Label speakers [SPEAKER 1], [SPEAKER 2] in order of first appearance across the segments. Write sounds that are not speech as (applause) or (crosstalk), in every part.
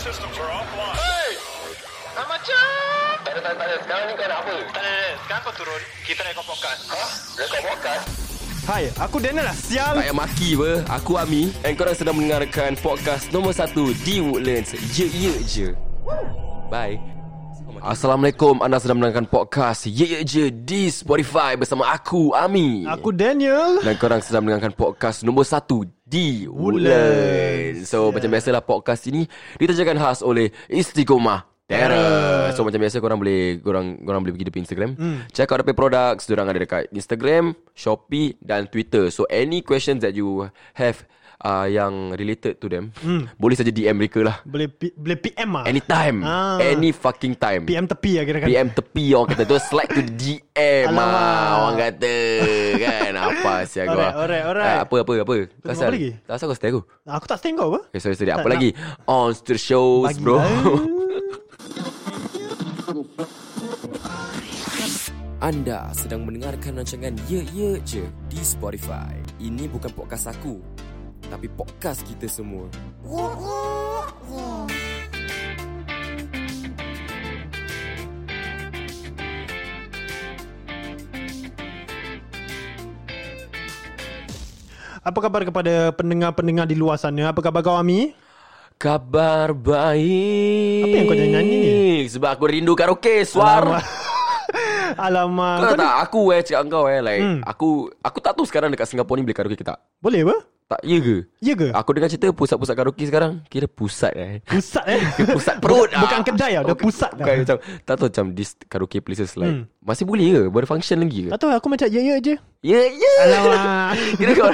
[SPEAKER 1] systems are offline.
[SPEAKER 2] Hei! Macam.
[SPEAKER 3] Tak ada, tak ada. Sekarang ni kau nak apa?
[SPEAKER 2] Tak ada, tak ada. Sekarang kau turun. Kita naik podcast.
[SPEAKER 3] Ha? Rekod podcast?
[SPEAKER 4] Hai, aku Daniel lah sial.
[SPEAKER 5] Tak payah maki apa Aku Ami And korang sedang mendengarkan Podcast nombor 1 Di Woodlands Ye Ye Je Bye Assalamualaikum Anda sedang mendengarkan podcast Ye Ye Je Di Spotify Bersama aku Ami
[SPEAKER 4] Aku Daniel.
[SPEAKER 5] Dan korang sedang mendengarkan podcast nombor 1 Di
[SPEAKER 4] Ya.
[SPEAKER 5] Woodlands So yeah. macam biasalah podcast ini Diterjakan khas oleh Istiqomah Terror So macam biasa korang boleh Korang korang boleh pergi dekat Instagram
[SPEAKER 4] Hmm.
[SPEAKER 5] mm. Check out Rapid Products Diorang ada dekat Instagram Shopee Dan Twitter So any questions that you have uh, Yang related to them mm. Boleh saja DM mereka lah
[SPEAKER 4] Boleh P- boleh PM Hmm. ah.
[SPEAKER 5] Anytime
[SPEAKER 4] Ah.
[SPEAKER 5] Any fucking time
[SPEAKER 4] PM tepi lah kira kan.
[SPEAKER 5] PM tepi orang kata tu slide to DM
[SPEAKER 4] Alamak.
[SPEAKER 5] ah orang kata kan apa sia kau.
[SPEAKER 4] Alright, alright, alright.
[SPEAKER 5] Ah, apa apa apa.
[SPEAKER 4] apa
[SPEAKER 5] Pasal
[SPEAKER 4] lagi?
[SPEAKER 5] tak pasal kau stay aku.
[SPEAKER 4] Aku tak stand kau apa?
[SPEAKER 5] Okay, sorry, sorry. Apa
[SPEAKER 4] Tak,
[SPEAKER 5] lagi? On to the shows,
[SPEAKER 4] Bagi
[SPEAKER 5] bro. (laughs) Anda sedang mendengarkan rancangan Ye Ye Je di Spotify. Ini bukan podcast aku, tapi podcast kita semua.
[SPEAKER 4] Apa khabar kepada pendengar-pendengar di luar sana? Apa khabar kau Ami?
[SPEAKER 5] Kabar baik.
[SPEAKER 4] Apa yang kau nyanyi ni?
[SPEAKER 5] Sebab aku rindu karaoke, suara.
[SPEAKER 4] Alamak.
[SPEAKER 5] Kau
[SPEAKER 4] Kau
[SPEAKER 5] tahu tak aku eh cakap dengan kau eh like hmm. aku aku tak tahu sekarang dekat Singapura ni boleh karaoke ke tak.
[SPEAKER 4] ni- Boleh apa?
[SPEAKER 5] Tak ya ke?
[SPEAKER 4] Ya ke?
[SPEAKER 5] Aku dengar cerita pusat-pusat karaoke sekarang kira pusat eh.
[SPEAKER 4] Pusat eh.
[SPEAKER 5] (laughs) pusat perut
[SPEAKER 4] Bukan, bukan
[SPEAKER 5] ah.
[SPEAKER 4] kedai lah, dah
[SPEAKER 5] Bukan-
[SPEAKER 4] pusat dah.
[SPEAKER 5] Bukan macam Tak tahu macam This karaoke places like hmm. Masih boleh ke Boleh function lagi ke
[SPEAKER 4] Tak tahu aku macam ya ya je.
[SPEAKER 5] Ya ya
[SPEAKER 4] Alamak.
[SPEAKER 5] Kira kau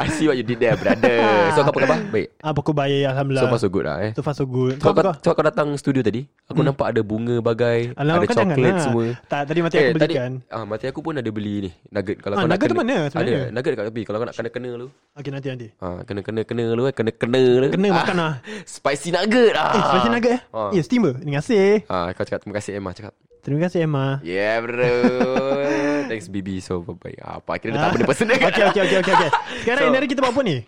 [SPEAKER 5] I see what you did
[SPEAKER 4] (laughs)
[SPEAKER 5] there brother So kau apa khabar Baik
[SPEAKER 4] Apa aku bayar ya
[SPEAKER 5] So
[SPEAKER 4] alhamdulillah.
[SPEAKER 5] far so good lah eh
[SPEAKER 4] So far so good.
[SPEAKER 5] Sebab kau, sebab kau datang studio tadi Aku hmm. nampak ada bunga bagai
[SPEAKER 4] Alamak,
[SPEAKER 5] Ada
[SPEAKER 4] kau jangan
[SPEAKER 5] coklat
[SPEAKER 4] lah.
[SPEAKER 5] semua
[SPEAKER 4] Tak, tadi mati aku
[SPEAKER 5] tadi,
[SPEAKER 4] belikan.
[SPEAKER 5] ah, Mati aku pun ada beli ni Nugget kalau
[SPEAKER 4] Ah,
[SPEAKER 5] kau nak
[SPEAKER 4] nugget tu
[SPEAKER 5] kena-
[SPEAKER 4] mana sebenarnya?
[SPEAKER 5] Ada nugget dekat tepi Kalau kau nak kena-kena lu
[SPEAKER 4] Okay nanti nanti.
[SPEAKER 5] Ah, kena-kena-kena lu eh Kena-kena lu
[SPEAKER 4] Kena makan lah.
[SPEAKER 5] Spicy nugget ah.
[SPEAKER 4] Eh, spicy nugget eh?
[SPEAKER 5] Ah.
[SPEAKER 4] Ya, steamer. Terima kasih.
[SPEAKER 5] Ah, kau cakap terima kasih Emma cakap
[SPEAKER 4] Terima kasih Emma.
[SPEAKER 5] Yeah bro (laughs) Thanks BB So bye-bye ah,
[SPEAKER 4] (laughs)
[SPEAKER 5] Apa kira dia tak benda personal kan?
[SPEAKER 4] Okay, okay, okay, okay, okay. Sekarang
[SPEAKER 5] So-
[SPEAKER 4] ini hari kita buat apa ni?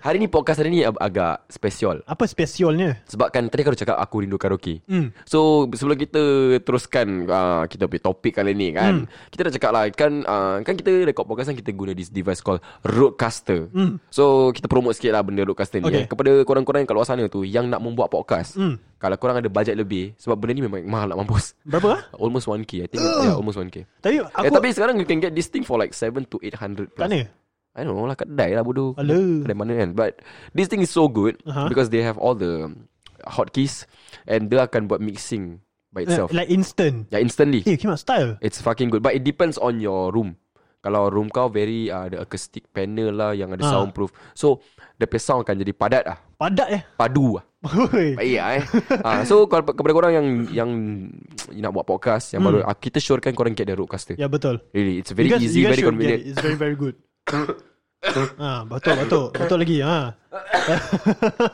[SPEAKER 5] Hari ni podcast hari ni ag- agak spesial
[SPEAKER 4] Apa spesialnya?
[SPEAKER 5] Sebab kan tadi kau dah cakap Aku rindu karaoke mm. So sebelum kita teruskan uh, Kita punya topik kali ni kan mm. Kita dah cakap lah Kan uh, kan kita rekod podcast kan Kita guna this device called Roadcaster mm. So kita promote sikit lah Benda Roadcaster ni
[SPEAKER 4] Okay.
[SPEAKER 5] okay. eh. Kepada korang-korang yang kat luar sana tu Yang nak membuat podcast mm. Kalau korang ada bajet lebih Sebab benda ni memang mahal nak mampus (laughs)
[SPEAKER 4] Berapa lah?
[SPEAKER 5] Almost 1k I think yeah, almost 1k
[SPEAKER 4] Tapi aku
[SPEAKER 5] Aku, eh, tapi sekarang you can get this thing for like 7 to 800 plus.
[SPEAKER 4] Kat mana?
[SPEAKER 5] I don't know lah kedai lah bodoh.
[SPEAKER 4] Alah.
[SPEAKER 5] Kedai mana kan. But this thing is so good
[SPEAKER 4] Aha.
[SPEAKER 5] because they have all the hotkeys and dia akan buat mixing
[SPEAKER 4] Eh,
[SPEAKER 5] by itself.
[SPEAKER 4] Like instant
[SPEAKER 5] yeah, instantly.
[SPEAKER 4] Eh came out style
[SPEAKER 5] It's fucking good But it depends on your room Kalau room kau very uh, Ada acoustic panel lah Yang ada
[SPEAKER 4] Ah.
[SPEAKER 5] soundproof So Dia punya sound akan jadi padat lah
[SPEAKER 4] Padat eh (laughs)
[SPEAKER 5] Padu lah
[SPEAKER 4] Oi.
[SPEAKER 5] Baik lah
[SPEAKER 4] (laughs)
[SPEAKER 5] eh uh, So kalau- kepada korang yang Yang nak buat podcast
[SPEAKER 4] Hmm.
[SPEAKER 5] Yang baru uh, Kita syorkan korang get the roadcaster
[SPEAKER 4] Ya betul
[SPEAKER 5] Really It's very easy Very
[SPEAKER 4] should get
[SPEAKER 5] convenient
[SPEAKER 4] it. It's very very
[SPEAKER 5] (coughs)
[SPEAKER 4] good Ah, batuk batuk batuk lagi ha.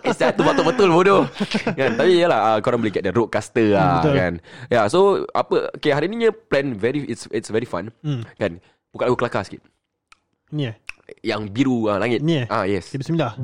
[SPEAKER 5] Eh, satu betul-betul (laughs) bodoh. kan? Tapi yalah, uh, korang boleh get the roadcaster lah
[SPEAKER 4] betul.
[SPEAKER 5] kan. Ya, yeah, so apa okay, hari ni punya plan very it's it's very fun. Hmm. Kan? Bukan aku kelakar sikit.
[SPEAKER 4] Ni eh.
[SPEAKER 5] Yang biru uh, langit.
[SPEAKER 4] Ni eh.
[SPEAKER 5] Ah, yes.
[SPEAKER 4] Okay, bismillah.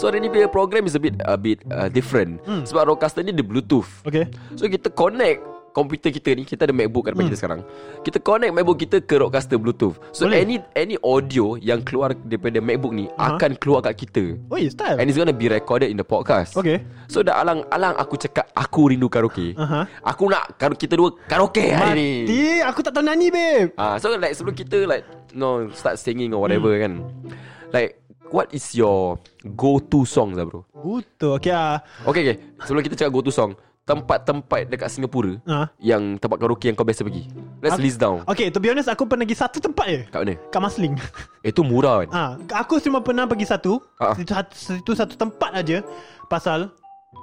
[SPEAKER 5] So hari ni punya program is a bit a bit uh, different. Hmm. Sebab roadcaster ni dia Bluetooth.
[SPEAKER 4] Okay.
[SPEAKER 5] So kita connect komputer kita ni kita ada MacBook kat depan kita sekarang. Kita connect MacBook kita ke roadcaster Bluetooth. So
[SPEAKER 4] Boleh.
[SPEAKER 5] any any audio yang keluar daripada MacBook ni akan keluar kat kita.
[SPEAKER 4] Oi, style.
[SPEAKER 5] And it's gonna be recorded in the podcast
[SPEAKER 4] Okay.
[SPEAKER 5] So dah alang-alang aku cakap Aku rindu karaoke
[SPEAKER 4] Aha.
[SPEAKER 5] Aku nak karo- Kita dua karaoke hari ni
[SPEAKER 4] Uh-huh. Mati, aku tak tahu nani babe.
[SPEAKER 5] Ah, So like sebelum kita like No start singing or whatever
[SPEAKER 4] Hmm.
[SPEAKER 5] kan Like What is your Go to song lah bro
[SPEAKER 4] Butuh. Okay ah.
[SPEAKER 5] Okay okay Sebelum kita cakap go to song Tempat-tempat dekat Singapura
[SPEAKER 4] Ah.
[SPEAKER 5] Yang tempat karaoke yang kau biasa pergi Let's
[SPEAKER 4] Aku-
[SPEAKER 5] list down
[SPEAKER 4] Okay, to be honest aku pernah pergi satu tempat je.
[SPEAKER 5] Kat mana?
[SPEAKER 4] Kat Masling. (laughs)
[SPEAKER 5] Eh tu murah kan
[SPEAKER 4] Ah, aku cuma pernah pergi satu.
[SPEAKER 5] Ah.
[SPEAKER 4] Itu satu, itu satu tempat aja pasal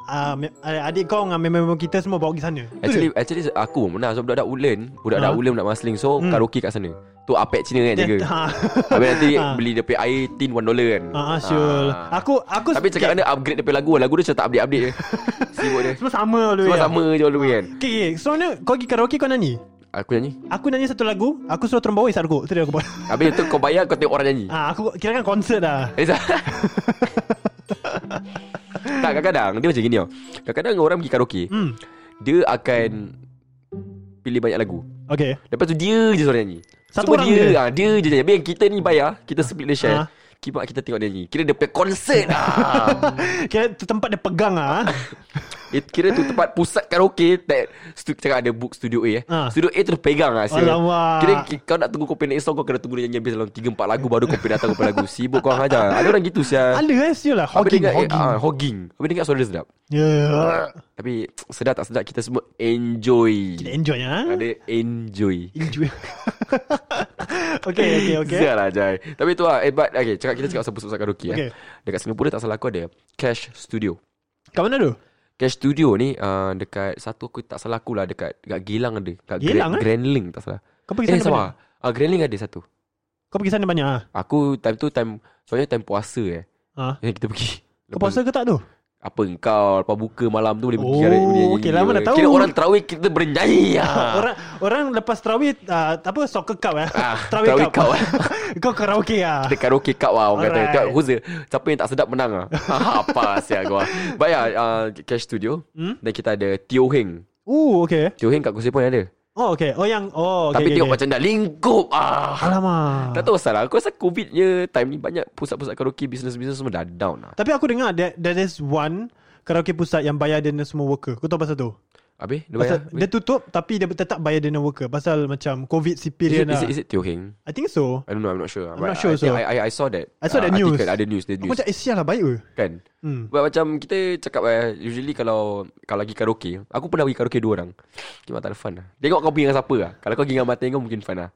[SPEAKER 4] ah, me- adik kau dengan member kita semua bawa pergi sana. Itu
[SPEAKER 5] Actually
[SPEAKER 4] je.
[SPEAKER 5] actually aku pun pernah So budak-budak Woodland Budak-budak
[SPEAKER 4] Ah.
[SPEAKER 5] Woodland Budak Masling So karaoke kat sana Tu apek Cina kan
[SPEAKER 4] Dia-
[SPEAKER 5] jaga
[SPEAKER 4] ha.
[SPEAKER 5] (laughs) Habis nanti
[SPEAKER 4] (laughs) Ah.
[SPEAKER 5] beli dia punya air tin 1 dollar kan
[SPEAKER 4] Ah, ah, sure. Aku aku
[SPEAKER 5] Tapi cakap kena upgrade dia punya lagu Lagu dia macam tak
[SPEAKER 4] (laughs)
[SPEAKER 5] update-update je Sibuk dia
[SPEAKER 4] semua sama lu
[SPEAKER 5] Semua sama je all the way kan
[SPEAKER 4] Okay, okay. So mana kau pergi karaoke kau nyanyi?
[SPEAKER 5] Aku nyanyi
[SPEAKER 4] Aku nyanyi satu lagu, aku suruh turun bawah isar aku. Itu dia aku buat.
[SPEAKER 5] Ah. Habis tu kau bayar kau tengok orang nyanyi
[SPEAKER 4] ah, aku kira kan konsert dah.
[SPEAKER 5] Reza Tak kadang-kadang Dia macam gini tau Kadang-kadang orang pergi karaoke
[SPEAKER 4] Hmm.
[SPEAKER 5] Dia akan Pilih banyak lagu
[SPEAKER 4] Okay.
[SPEAKER 5] Lepas tu dia je seorang nyanyi
[SPEAKER 4] Satu
[SPEAKER 5] Satu Semua
[SPEAKER 4] orang
[SPEAKER 5] dia
[SPEAKER 4] je?
[SPEAKER 5] ha, Dia je nyanyi Habis yang kita ni bayar Kita split the
[SPEAKER 4] Ha.
[SPEAKER 5] share ha. Kimak kita tengok dia nyanyi Kira dia punya konsert lah
[SPEAKER 4] Kira tu tempat dia pegang ah.
[SPEAKER 5] It, Kira tu tempat pusat karaoke tak, stu, Cakap ada book studio A eh.
[SPEAKER 4] Ha.
[SPEAKER 5] Studio A tu dia pegang lah sia.
[SPEAKER 4] Alamak.
[SPEAKER 5] Kira ki- kau nak tunggu kau punya next song Kau kena tunggu dia nyanyi habis dalam 3-4 lagu Baru kau punya datang kau punya lagu Sibuk kau ajar Ada orang gitu sia
[SPEAKER 4] Ada eh siul lah
[SPEAKER 5] Habis
[SPEAKER 4] Hogging
[SPEAKER 5] dengar- eh,
[SPEAKER 4] Hogging
[SPEAKER 5] ah, Hogging Habis dengar suara dia sedap
[SPEAKER 4] Ya
[SPEAKER 5] Tapi sedap tak sedap Kita semua enjoy
[SPEAKER 4] Kita enjoy ya
[SPEAKER 5] (laughs)
[SPEAKER 4] ha?
[SPEAKER 5] Ada enjoy
[SPEAKER 4] Enjoy Okay okay okay
[SPEAKER 5] Sial lah Jai Tapi tu lah Eh but okay, cakap, Kita cakap pasal pusat-pusat karaoke
[SPEAKER 4] Okay.
[SPEAKER 5] okay. eh. Dekat Singapura tak salah aku ada Cash Studio
[SPEAKER 4] Kat mana tu?
[SPEAKER 5] Cash Studio ni uh, Dekat Satu aku tak salah aku lah Dekat, dekat Gilang ada Dekat
[SPEAKER 4] Geylang, eh?
[SPEAKER 5] Grandling tak salah
[SPEAKER 4] Kau pergi
[SPEAKER 5] Eh
[SPEAKER 4] sana banyak
[SPEAKER 5] sama uh, Grandling ada satu
[SPEAKER 4] Kau pergi sana banyak ah.
[SPEAKER 5] Aku time tu time Soalnya time puasa eh
[SPEAKER 4] Ha?
[SPEAKER 5] Yang kita pergi
[SPEAKER 4] Kau puasa ke tak tu?
[SPEAKER 5] Apa engkau Lepas buka malam tu Boleh pergi
[SPEAKER 4] Oh,
[SPEAKER 5] ada- boleh
[SPEAKER 4] okay lah, mana tahu.
[SPEAKER 5] Kira orang terawih Kita bernyanyi ah.
[SPEAKER 4] (laughs) Orang orang lepas tarawih ah, apa soccer cup eh.
[SPEAKER 5] Ah,
[SPEAKER 4] (laughs) Tarawih
[SPEAKER 5] tarawih
[SPEAKER 4] cup.
[SPEAKER 5] cup.
[SPEAKER 4] Kau karaoke ah.
[SPEAKER 5] Dia karaoke cup lah Orang
[SPEAKER 4] Alright.
[SPEAKER 5] kata Tengok Huza Siapa yang tak sedap menang lah Apa siap gua But yeah uh, Cash Studio
[SPEAKER 4] Hmm?
[SPEAKER 5] Dan kita ada Tio Heng
[SPEAKER 4] Oh okay.
[SPEAKER 5] Tio Heng kat kursi pun ada
[SPEAKER 4] Oh okay. Oh yang oh okay.
[SPEAKER 5] Tapi
[SPEAKER 4] okay,
[SPEAKER 5] tengok
[SPEAKER 4] okay.
[SPEAKER 5] macam dah lingkup ah.
[SPEAKER 4] Alamak.
[SPEAKER 5] Tak tahu salah Aku rasa covid je Time ni banyak Pusat-pusat karaoke Bisnes-bisnes semua dah down lah
[SPEAKER 4] Tapi aku dengar there, there is one karaoke pusat yang bayar dana semua worker. Kau tahu pasal tu?
[SPEAKER 5] Habis Dia
[SPEAKER 4] Pasal
[SPEAKER 5] bayar
[SPEAKER 4] dia tutup tapi dia tetap bayar dana worker pasal macam COVID
[SPEAKER 5] Is
[SPEAKER 4] superior
[SPEAKER 5] it,
[SPEAKER 4] lah.
[SPEAKER 5] is it, is it Tio Heng?
[SPEAKER 4] I think so.
[SPEAKER 5] I don't know I'm not sure
[SPEAKER 4] I'm not
[SPEAKER 5] But
[SPEAKER 4] sure
[SPEAKER 5] I, think
[SPEAKER 4] also.
[SPEAKER 5] I, I, I saw that
[SPEAKER 4] I saw that
[SPEAKER 5] uh,
[SPEAKER 4] news.
[SPEAKER 5] article, Ada news, there's
[SPEAKER 4] Aku
[SPEAKER 5] news
[SPEAKER 4] macam eh sial lah baik ke?
[SPEAKER 5] Kan
[SPEAKER 4] Hmm.
[SPEAKER 5] But macam kita cakap eh, Usually kalau Kalau pergi karaoke Aku pernah pergi karaoke dua orang Kimak tak ada fun lah Tengok kau pergi dengan siapa lah Kalau kau pergi dengan mata kau mungkin fun
[SPEAKER 4] (laughs)
[SPEAKER 5] lah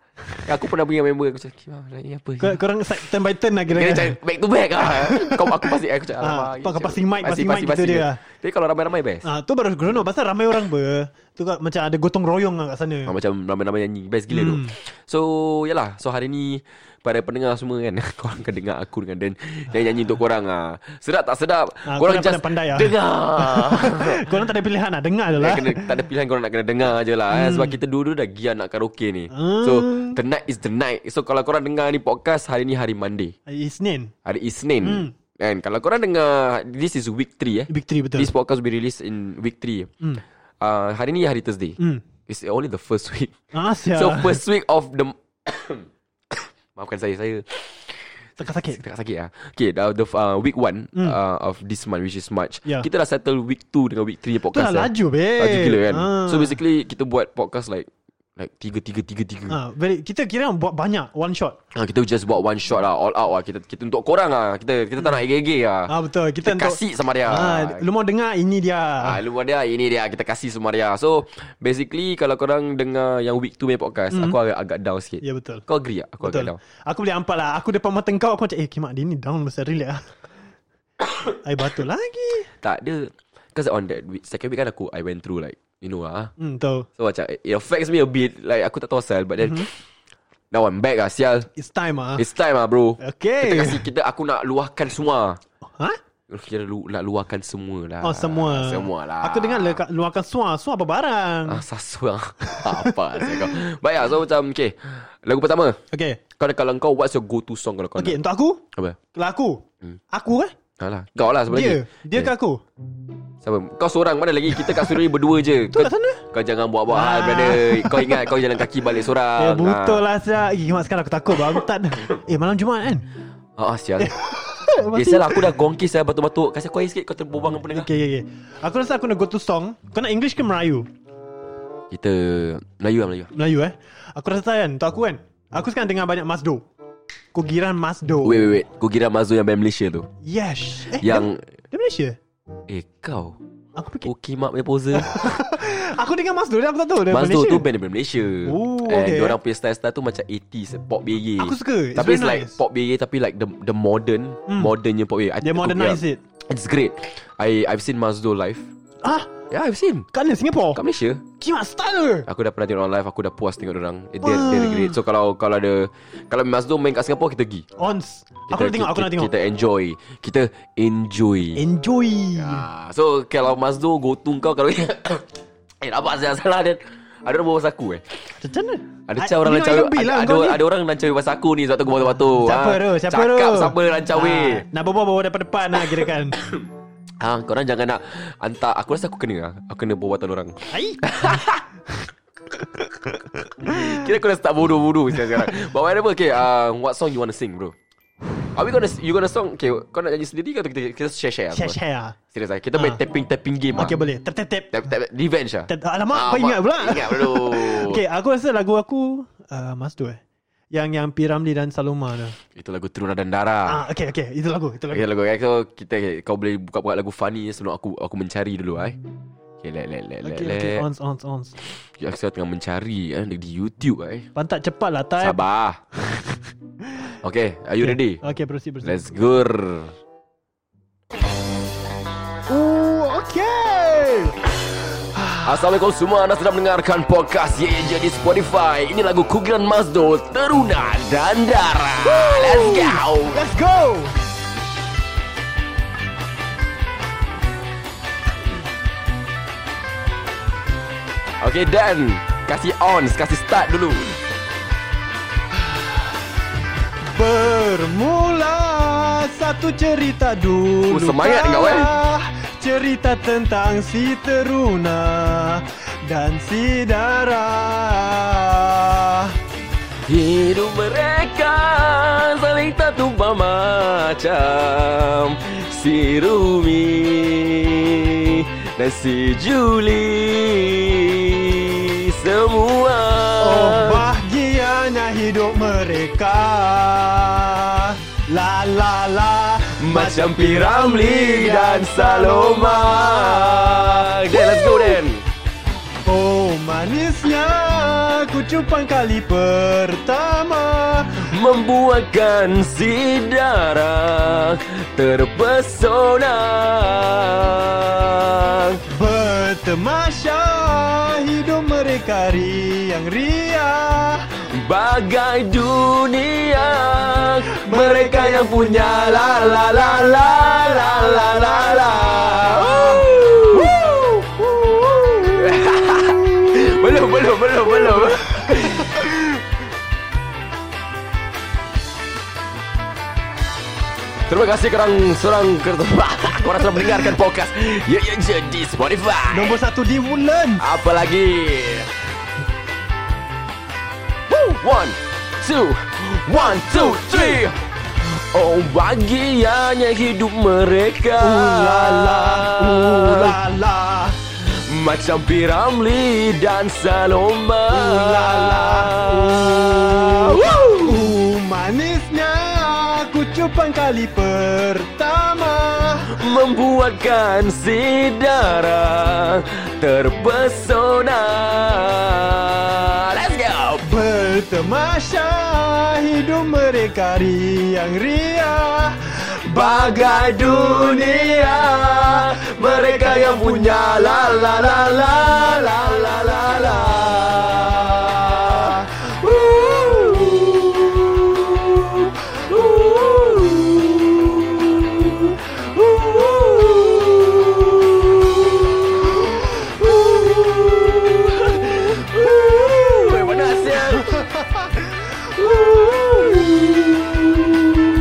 [SPEAKER 5] Aku pernah pergi dengan member Aku cakap Kimak ni apa ni?"
[SPEAKER 4] Kau- Korang side turn by turn lah
[SPEAKER 5] Kira
[SPEAKER 4] kira
[SPEAKER 5] macam back to back lah (laughs) Kau aku pasti Aku cakap
[SPEAKER 4] Ah,
[SPEAKER 5] "Alamak,
[SPEAKER 4] kau
[SPEAKER 5] gitu."
[SPEAKER 4] passing mic, passing mic gitu dia lah.
[SPEAKER 5] Tapi kalau ramai-ramai best
[SPEAKER 4] Ah, tu baru gerono pasal ramai orang ber. Tu kat, macam ada gotong royong lah kat sana.
[SPEAKER 5] Ah, macam ramai-ramai nyanyi Best gila tu
[SPEAKER 4] Hmm.
[SPEAKER 5] So Yalah So hari ni Para pendengar semua kan (laughs) Korang akan dengar aku dengan Dan Dan nyanyi untuk korang ah. Sedap tak sedap
[SPEAKER 4] Ah, korang
[SPEAKER 5] Korang just
[SPEAKER 4] pandai-pandai ah. (laughs)
[SPEAKER 5] Dengar
[SPEAKER 4] Korang tak ada pilihan lah Dengar je
[SPEAKER 5] Ya,
[SPEAKER 4] lah
[SPEAKER 5] kena, tak ada pilihan korang nak kena dengar je lah eh. Sebab kita dua-dua dah gear nak karaoke ni
[SPEAKER 4] Ah.
[SPEAKER 5] So Tonight is the night So kalau korang dengar ni podcast Hari ni hari Monday
[SPEAKER 4] Hari Isnin
[SPEAKER 5] Hari Isnin And kalau korang dengar This is week 3 eh
[SPEAKER 4] Big 3 betul
[SPEAKER 5] This podcast will be released in week 3
[SPEAKER 4] Hmm.
[SPEAKER 5] uh, Hari ni hari Thursday
[SPEAKER 4] Hmm.
[SPEAKER 5] It's only the first week (laughs)
[SPEAKER 4] Ah, sial
[SPEAKER 5] So first week of the (coughs) Maafkan saya Saya
[SPEAKER 4] Tengah sakit
[SPEAKER 5] tengah sakit lah Okay the, the uh, week 1
[SPEAKER 4] Hmm.
[SPEAKER 5] uh, Of this month Which is March
[SPEAKER 4] Ya.
[SPEAKER 5] Kita dah settle week 2 Dengan week 3
[SPEAKER 4] Tu
[SPEAKER 5] podcast ya.
[SPEAKER 4] lah laju babe
[SPEAKER 5] Laju gila kan
[SPEAKER 4] ah.
[SPEAKER 5] So basically Kita buat podcast like Like tiga tiga tiga tiga
[SPEAKER 4] ah, very, Kita kira buat banyak One shot
[SPEAKER 5] ha, Kita just buat one shot lah All out lah Kita, kita untuk korang lah Kita kita tak nak ege-ege lah
[SPEAKER 4] ah, Betul Kita,
[SPEAKER 5] Kita
[SPEAKER 4] untuk
[SPEAKER 5] kasih sama dia
[SPEAKER 4] ah, Lu mau dengar Ini dia
[SPEAKER 5] Ah, lu buat dia Ini dia Kita kasih semua dia So Basically Kalau korang dengar Yang week 2 punya podcast Aku agak, agak down sikit
[SPEAKER 4] Ya betul
[SPEAKER 5] Kau agree tak? Aku agak
[SPEAKER 4] Betul
[SPEAKER 5] down
[SPEAKER 4] Aku boleh nampak lah Aku depan mata kau Aku macam Eh Kimak dia ni down Mesti relax
[SPEAKER 5] (coughs)
[SPEAKER 4] lah Air batul lagi
[SPEAKER 5] Tak dia Cause on that week Second week kan aku I went through like You know lah
[SPEAKER 4] Hmm tahu
[SPEAKER 5] So macam It affects me a bit Like aku tak tahu asal But then Now I'm back lah Sial
[SPEAKER 4] It's time ah.
[SPEAKER 5] It's time lah bro
[SPEAKER 4] Okay.
[SPEAKER 5] Kita kasih kita Aku nak luahkan semua
[SPEAKER 4] Ha?
[SPEAKER 5] Kira lu, nak luahkan semua lah
[SPEAKER 4] Oh semua
[SPEAKER 5] Semua lah
[SPEAKER 4] Aku dengar leka- Luahkan suar Suar apa barang
[SPEAKER 5] ah, Sasu lah (laughs) Apa saya kau Baik lah so macam Okay Lagu pertama
[SPEAKER 4] Okay
[SPEAKER 5] Kau kalau kau What's your go to song kalau kau
[SPEAKER 4] Okay
[SPEAKER 5] nak
[SPEAKER 4] untuk aku
[SPEAKER 5] Apa
[SPEAKER 4] Kalau aku Aku eh
[SPEAKER 5] Alah Kau lah
[SPEAKER 4] Dia
[SPEAKER 5] sebenarnya
[SPEAKER 4] Dia ke aku
[SPEAKER 5] Siapa Kau seorang mana lagi Kita kat studio ni berdua je Kau
[SPEAKER 4] kat lah sana.
[SPEAKER 5] Kau jangan buat-buat hal
[SPEAKER 4] Ah.
[SPEAKER 5] brother Kau ingat kau jalan kaki balik
[SPEAKER 4] Eh,
[SPEAKER 5] seorang
[SPEAKER 4] betul lah siap. Eh, Mat sekarang aku takut bangtat. eh, malam Jumaat
[SPEAKER 5] (laughs)
[SPEAKER 4] kan?
[SPEAKER 5] ah. ah, sial Eh sial aku dah gongkis saya batuk-batuk Kasih aku air sikit Kau terbuang dengan pendengar
[SPEAKER 4] Okay, okay, okay. Aku rasa aku nak go to song. Kau nak English ke Melayu?
[SPEAKER 5] Kita Melayu lah Melayu
[SPEAKER 4] Melayu eh. Aku rasa kan, untuk aku kan. Aku sekarang dengar banyak Masdo. Kugiran Masdo.
[SPEAKER 5] Wait wait wait Kau kira Mazu yang band Malaysia tu
[SPEAKER 4] Yes. Eh,
[SPEAKER 5] Yang
[SPEAKER 4] dia, dia Malaysia?
[SPEAKER 5] Eh kau
[SPEAKER 4] Aku fikir.
[SPEAKER 5] Okey mak punya poser
[SPEAKER 4] Aku dengar Masdo dia aku tak tahu. Dia
[SPEAKER 5] Mazdo
[SPEAKER 4] Malaysia.
[SPEAKER 5] tu band daripada Malaysia
[SPEAKER 4] Oh,
[SPEAKER 5] And
[SPEAKER 4] okay.
[SPEAKER 5] diorang punya style-style tu macam 80s Pop BA
[SPEAKER 4] Aku suka. It's
[SPEAKER 5] Tapi
[SPEAKER 4] very
[SPEAKER 5] it's, like
[SPEAKER 4] nice.
[SPEAKER 5] pop BA Tapi like the the modern
[SPEAKER 4] Hmm.
[SPEAKER 5] Modernnya pop BA I
[SPEAKER 4] Dia
[SPEAKER 5] think-
[SPEAKER 4] modernize
[SPEAKER 5] yeah.
[SPEAKER 4] it.
[SPEAKER 5] It's great I I've seen Mazdo live
[SPEAKER 4] Ah,
[SPEAKER 5] Yeah I've seen
[SPEAKER 4] kat mana Singapore?
[SPEAKER 5] Kat Malaysia
[SPEAKER 4] Kimak style.
[SPEAKER 5] Aku dah pernah tengok orang live Aku dah puas tengok orang They're,
[SPEAKER 4] Wah.
[SPEAKER 5] they're great So kalau kalau ada Kalau Mazdo main kat Singapore Kita pergi
[SPEAKER 4] Ons.
[SPEAKER 5] kita,
[SPEAKER 4] Aku nak tengok, aku
[SPEAKER 5] kita,
[SPEAKER 4] nak tengok.
[SPEAKER 5] Kita enjoy Kita enjoy
[SPEAKER 4] Enjoy.
[SPEAKER 5] (coughs) Ah, So kalau Mazdo Go to kau Kalau Eh nampak saya salah dan Ada orang bawa saku eh
[SPEAKER 4] Macam mana?
[SPEAKER 5] Ada
[SPEAKER 4] Ah,
[SPEAKER 5] cah orang
[SPEAKER 4] you
[SPEAKER 5] lancau
[SPEAKER 4] yang lebih
[SPEAKER 5] ada,
[SPEAKER 4] lah
[SPEAKER 5] ada,
[SPEAKER 4] kau ni.
[SPEAKER 5] ada orang lancau bebas aku ni Sebab tu aku batu-batu
[SPEAKER 4] Siapa tu? Siapa tu?
[SPEAKER 5] Cakap siapa lancau weh
[SPEAKER 4] Ah, Nak berbual bawa depan-depan lah kira
[SPEAKER 5] (laughs)
[SPEAKER 4] kan.
[SPEAKER 5] ha. korang jangan nak Hantar Aku rasa aku kena lah. Aku kena perbuatan orang
[SPEAKER 4] Hai.
[SPEAKER 5] Kira aku dah start bodoh-bodoh sekarang, sekarang But whatever Okay uh, What song you want to sing bro Are we gonna You gonna song Okay kau nak nyanyi sendiri ke Atau kita, kita share-share lah
[SPEAKER 4] Share
[SPEAKER 5] semua?
[SPEAKER 4] share.
[SPEAKER 5] Serius lah Kita
[SPEAKER 4] Ah.
[SPEAKER 5] main tapping-tapping game
[SPEAKER 4] Okey
[SPEAKER 5] lah
[SPEAKER 4] boleh. Tap tap tap.
[SPEAKER 5] tap, tap, Revenge lah
[SPEAKER 4] Tap- Alamak, kau ingat pula.
[SPEAKER 5] Ingat bro
[SPEAKER 4] (laughs) Okey, aku rasa lagu aku uh, Mas tu eh. Yang yang Piramli dan Saloma tu.
[SPEAKER 5] Itu lagu Teruna dan Darah
[SPEAKER 4] Ah, okey okey, itu lagu, itu lagu.
[SPEAKER 5] Okay, Ya, lagu okay, so kita kau boleh buka-buka lagu funny sebelum aku aku mencari dulu eh. Okay, let let let let.
[SPEAKER 4] Okey okey,
[SPEAKER 5] let.
[SPEAKER 4] ons ons ons.
[SPEAKER 5] Okay, aku tengah mencari eh di YouTube eh.
[SPEAKER 4] Pantat cepat lah type. (laughs)
[SPEAKER 5] Sabar. okay, are you ready?
[SPEAKER 4] Okey, proceed proceed.
[SPEAKER 5] Let's go.
[SPEAKER 4] Ooh, okey.
[SPEAKER 5] Assalamualaikum semua Anda sedang mendengarkan podcast Ye Ye Je di Spotify Ini lagu Kugilan Mazdo Teruna dan Dara Let's go
[SPEAKER 4] Let's go.
[SPEAKER 5] Okay Dan Kasih on Kasih start dulu
[SPEAKER 4] Bermula satu cerita dulu
[SPEAKER 5] Oh, semangat kau, eh.
[SPEAKER 4] kala. Cerita tentang si Teruna dan si Dara
[SPEAKER 5] Hidup mereka saling tak tumpah macam Si Rumi dan si Juli Semua
[SPEAKER 4] Oh bahagianya hidup mereka La la la
[SPEAKER 5] Macam Piramli dan Saloma Okay, let's go then
[SPEAKER 4] Oh manisnya ku cupang kali pertama
[SPEAKER 5] Membuatkan si darah terpesona
[SPEAKER 4] Bertemasya hidup mereka riang ria
[SPEAKER 5] Bagai dunia Mereka yang punya la la la la la la la la (laughs) Belum belum belum belum Terima kasih kerang seorang kertas (laughs) Korang telah mendengarkan podcast Ya ya je di Spotify
[SPEAKER 4] Nombor satu di Woodland
[SPEAKER 5] apa lagi? Woo! One, two, one, two, three. Oh bahagianya hidup mereka.
[SPEAKER 4] Ulala Ulala
[SPEAKER 5] Macam Piramli dan Saloma.
[SPEAKER 4] Ulala
[SPEAKER 5] Woo!
[SPEAKER 4] Uh, manisnya aku cupang kali pertama
[SPEAKER 5] Membuatkan si darah terpesona. Let's go.
[SPEAKER 4] Bertemasya hidup mereka riang ria
[SPEAKER 5] Bagai dunia Mereka yang punya la la la la la la la la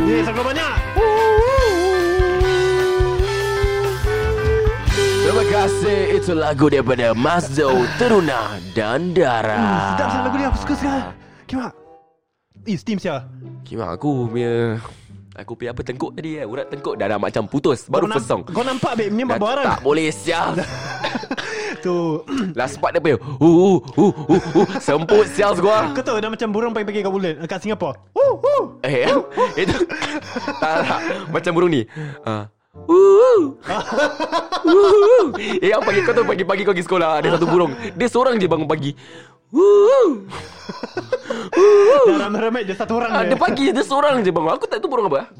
[SPEAKER 4] Ye, sangat banyak
[SPEAKER 5] Terima kasih Itu lagu daripada Mazdo Teruna dan Dara
[SPEAKER 4] Sedap sangat lagu ni Aku suka sangat Kimak Eh steam siya
[SPEAKER 5] Kimak aku punya Aku punya apa tengkuk tadi eh Urat tengkuk dah dah macam putus Baru first song
[SPEAKER 4] Kau nampak babe Ni buat
[SPEAKER 5] Dah
[SPEAKER 4] barang
[SPEAKER 5] Tak boleh sial
[SPEAKER 4] Tu
[SPEAKER 5] Last part dia punya uh, uh, uh, uh, uh, Semput sial gua
[SPEAKER 4] Kau tahu dah macam burung paling pergi kat bulan Kat Singapura Woo woo
[SPEAKER 5] (laughs) Eh Itu Tak tak Macam burung ni (laughs) Ah. Uh, uh, eh, yang pagi kau tu pagi-pagi kau pergi sekolah Ada satu burung Dia seorang je bangun pagi Uh,
[SPEAKER 4] Dah ramai-ramai je Satu orang
[SPEAKER 5] ah,
[SPEAKER 4] je
[SPEAKER 5] Dia pagi Dia seorang je bangun Aku tak tahu burung apa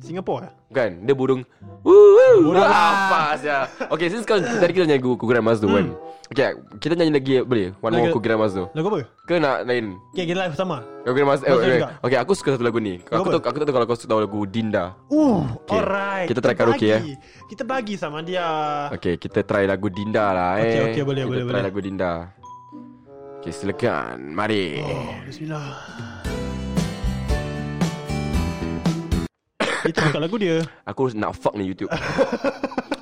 [SPEAKER 4] Singapura
[SPEAKER 5] Kan Dia burung Wuuu
[SPEAKER 4] Burung.
[SPEAKER 5] Apa sia Okay since kau Tadi kita nyanyi Kugiran Mazdu kan Okay Kita nyanyi lagi Boleh One more
[SPEAKER 4] Lagu-
[SPEAKER 5] Kugiran Mazdu
[SPEAKER 4] Lagu apa?
[SPEAKER 5] Ke nak lain
[SPEAKER 4] Okay kita live sama
[SPEAKER 5] Kugiran Mazdu eh,
[SPEAKER 4] Mazdu
[SPEAKER 5] okay.
[SPEAKER 4] juga.
[SPEAKER 5] okay aku suka satu lagu ni Aku
[SPEAKER 4] Lagu
[SPEAKER 5] tak aku tak tahu kalau kau tahu lagu Dinda
[SPEAKER 4] Uh
[SPEAKER 5] Okay.
[SPEAKER 4] alright
[SPEAKER 5] Kita try karaoke, ya.
[SPEAKER 4] bagi. Kita bagi sama dia
[SPEAKER 5] Okay kita try lagu Dinda lah eh
[SPEAKER 4] Okay, okay, boleh,
[SPEAKER 5] Kita
[SPEAKER 4] boleh,
[SPEAKER 5] try
[SPEAKER 4] boleh.
[SPEAKER 5] lagu Dinda Okay silakan Mari
[SPEAKER 4] Oh. Bismillah. Itu bukan lagu dia.
[SPEAKER 5] Aku nak fuck ni YouTube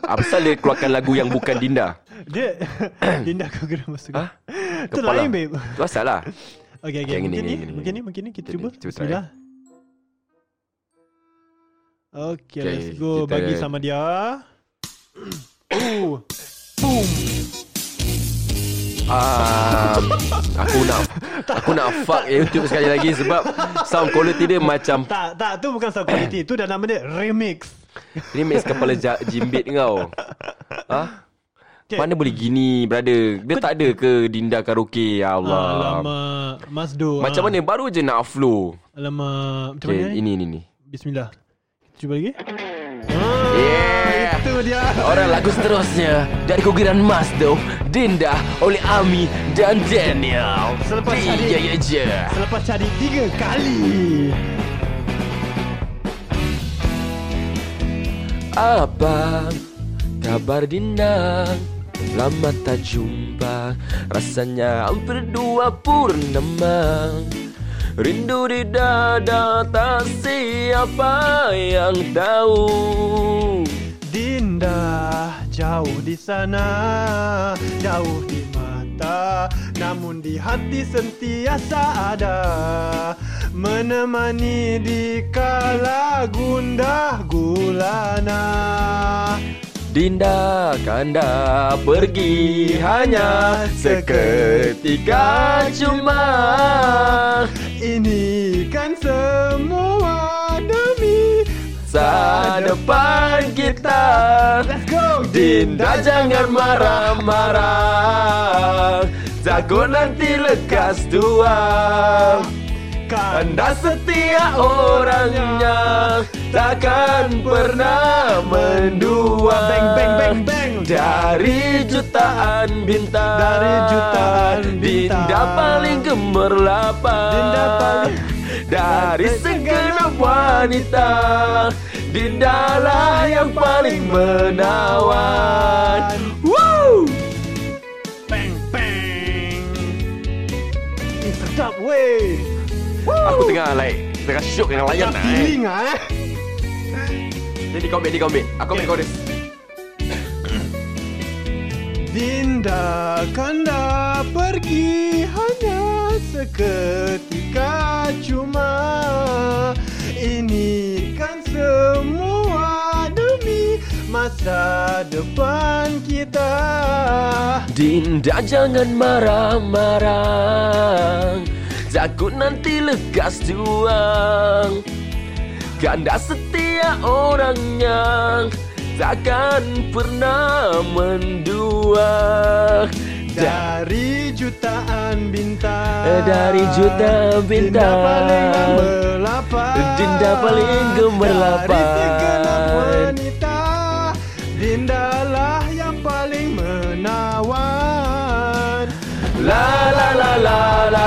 [SPEAKER 5] Apa pasal dia keluarkan lagu yang bukan Dinda
[SPEAKER 4] Dia (coughs) Dinda kau kena masuk.
[SPEAKER 5] Hah?
[SPEAKER 4] Itu lain babe.
[SPEAKER 5] Tu asal lah
[SPEAKER 4] Okay, okay.
[SPEAKER 5] Okay,
[SPEAKER 4] mungkin
[SPEAKER 5] gini,
[SPEAKER 4] ni,
[SPEAKER 5] gini,
[SPEAKER 4] mungkin ni,
[SPEAKER 5] gini.
[SPEAKER 4] mungkin ni kita
[SPEAKER 5] Kita
[SPEAKER 4] cuba.
[SPEAKER 5] ni, cuba try.
[SPEAKER 4] Bismillah. Okay,
[SPEAKER 5] Okay,
[SPEAKER 4] let's go
[SPEAKER 5] kita-
[SPEAKER 4] bagi sama dia. (coughs) Oh, boom.
[SPEAKER 5] um, Aku nak Aku nak fuck YouTube sekali lagi Sebab sound quality dia macam
[SPEAKER 4] Tak, tak, tu bukan sound quality. tu dah nama dia remix.
[SPEAKER 5] Remix kepala
[SPEAKER 4] (laughs)
[SPEAKER 5] ja- jimbit kau Ha?
[SPEAKER 4] Okay.
[SPEAKER 5] Mana boleh gini brother Dia tak ada ke Dinda karaoke Ya Allah
[SPEAKER 4] Alamak, Masdo.
[SPEAKER 5] Macam
[SPEAKER 4] ah.
[SPEAKER 5] mana baru je nak flow
[SPEAKER 4] Alamak, macam
[SPEAKER 5] okay,
[SPEAKER 4] mana ni?
[SPEAKER 5] Ini ni ni
[SPEAKER 4] Bismillah. Cuba lagi. Ah,
[SPEAKER 5] Yeah
[SPEAKER 4] Itu dia.
[SPEAKER 5] Orang lagu seterusnya Dari kugiran Masdo Dinda Oleh Ami Dan Daniel
[SPEAKER 4] Selepas
[SPEAKER 5] Di-
[SPEAKER 4] tadi-
[SPEAKER 5] Ya ya je
[SPEAKER 4] Selepas cari tiga kali.
[SPEAKER 5] Apa Kabar Dinda Lama tak jumpa Rasanya hampir dua purnama Rindu di dada Tak siapa yang tahu
[SPEAKER 4] Dinda jauh di sana, jauh di mata, namun di hati sentiasa ada menemani di kala gundah gulana.
[SPEAKER 5] Dinda kanda pergi hanya seketika cuma
[SPEAKER 4] Ini kan semua demi
[SPEAKER 5] Sa depan kita
[SPEAKER 4] Let's go
[SPEAKER 5] Dinda jangan marah-marah Takut nanti lekas tua Anda setia orangnya Takkan pernah mendua
[SPEAKER 4] Bang bang bang bang
[SPEAKER 5] Dari jutaan bintang
[SPEAKER 4] Dari jutaan bintang.
[SPEAKER 5] Dinda paling gemerlapan
[SPEAKER 4] Dinda paling-
[SPEAKER 5] Dari segenap wanita Dinda lah yang paling menawan Woo!
[SPEAKER 4] Bang bang Eh sedap weh
[SPEAKER 5] Aku tengah like Tengah syok dengan layan
[SPEAKER 4] Tak
[SPEAKER 5] lah eh.
[SPEAKER 4] feeling lah eh
[SPEAKER 5] Jadi kau ambil, jadi kau ambil Aku ambil chorus
[SPEAKER 4] Dinda kanda pergi hanya seketika cuma Ini kan semua demi masa depan kita
[SPEAKER 5] Dinda jangan marah-marah Takut nanti lekas tuang Ganda setia orangnya Takkan pernah mendua Da-
[SPEAKER 4] Dari jutaan bintang
[SPEAKER 5] Eh, dari jutaan
[SPEAKER 4] Dinda
[SPEAKER 5] bintang.
[SPEAKER 4] paling gemerlapan
[SPEAKER 5] Dinda paling gemerlapan.
[SPEAKER 4] Dari segenap wanita Dinda lah yang paling menawan
[SPEAKER 5] La la la la la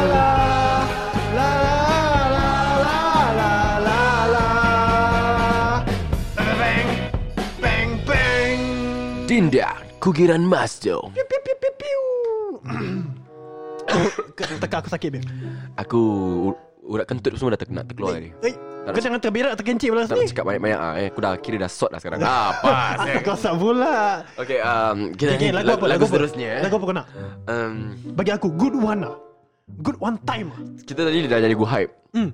[SPEAKER 4] La la la la la la la. Bang bang bang.
[SPEAKER 5] Dinda, kugiran Masdo.
[SPEAKER 4] Piu piu piu (coughs) piu. Tekak aku sakit dia.
[SPEAKER 5] Aku ur- urat kentut semua dah ter- nak terkeluar ni.
[SPEAKER 4] Eh, kau jangan terberak terkencit pula
[SPEAKER 5] Tak nak
[SPEAKER 4] sini.
[SPEAKER 5] cakap banyak-banyak ah. Eh, aku dah kira dah sort dah (laughs) sekarang. Ah, pas.
[SPEAKER 4] Ah, kau sak pula.
[SPEAKER 5] Okey, um, kita
[SPEAKER 4] Okay, lagu apa? Lagu apa?
[SPEAKER 5] seterusnya. Eh.
[SPEAKER 4] Lagu apa kau nak?
[SPEAKER 5] Um,
[SPEAKER 4] Bagi aku good one lah. Good one time. lah.
[SPEAKER 5] kita tadi dah jadi lagu hype.
[SPEAKER 4] Hmm.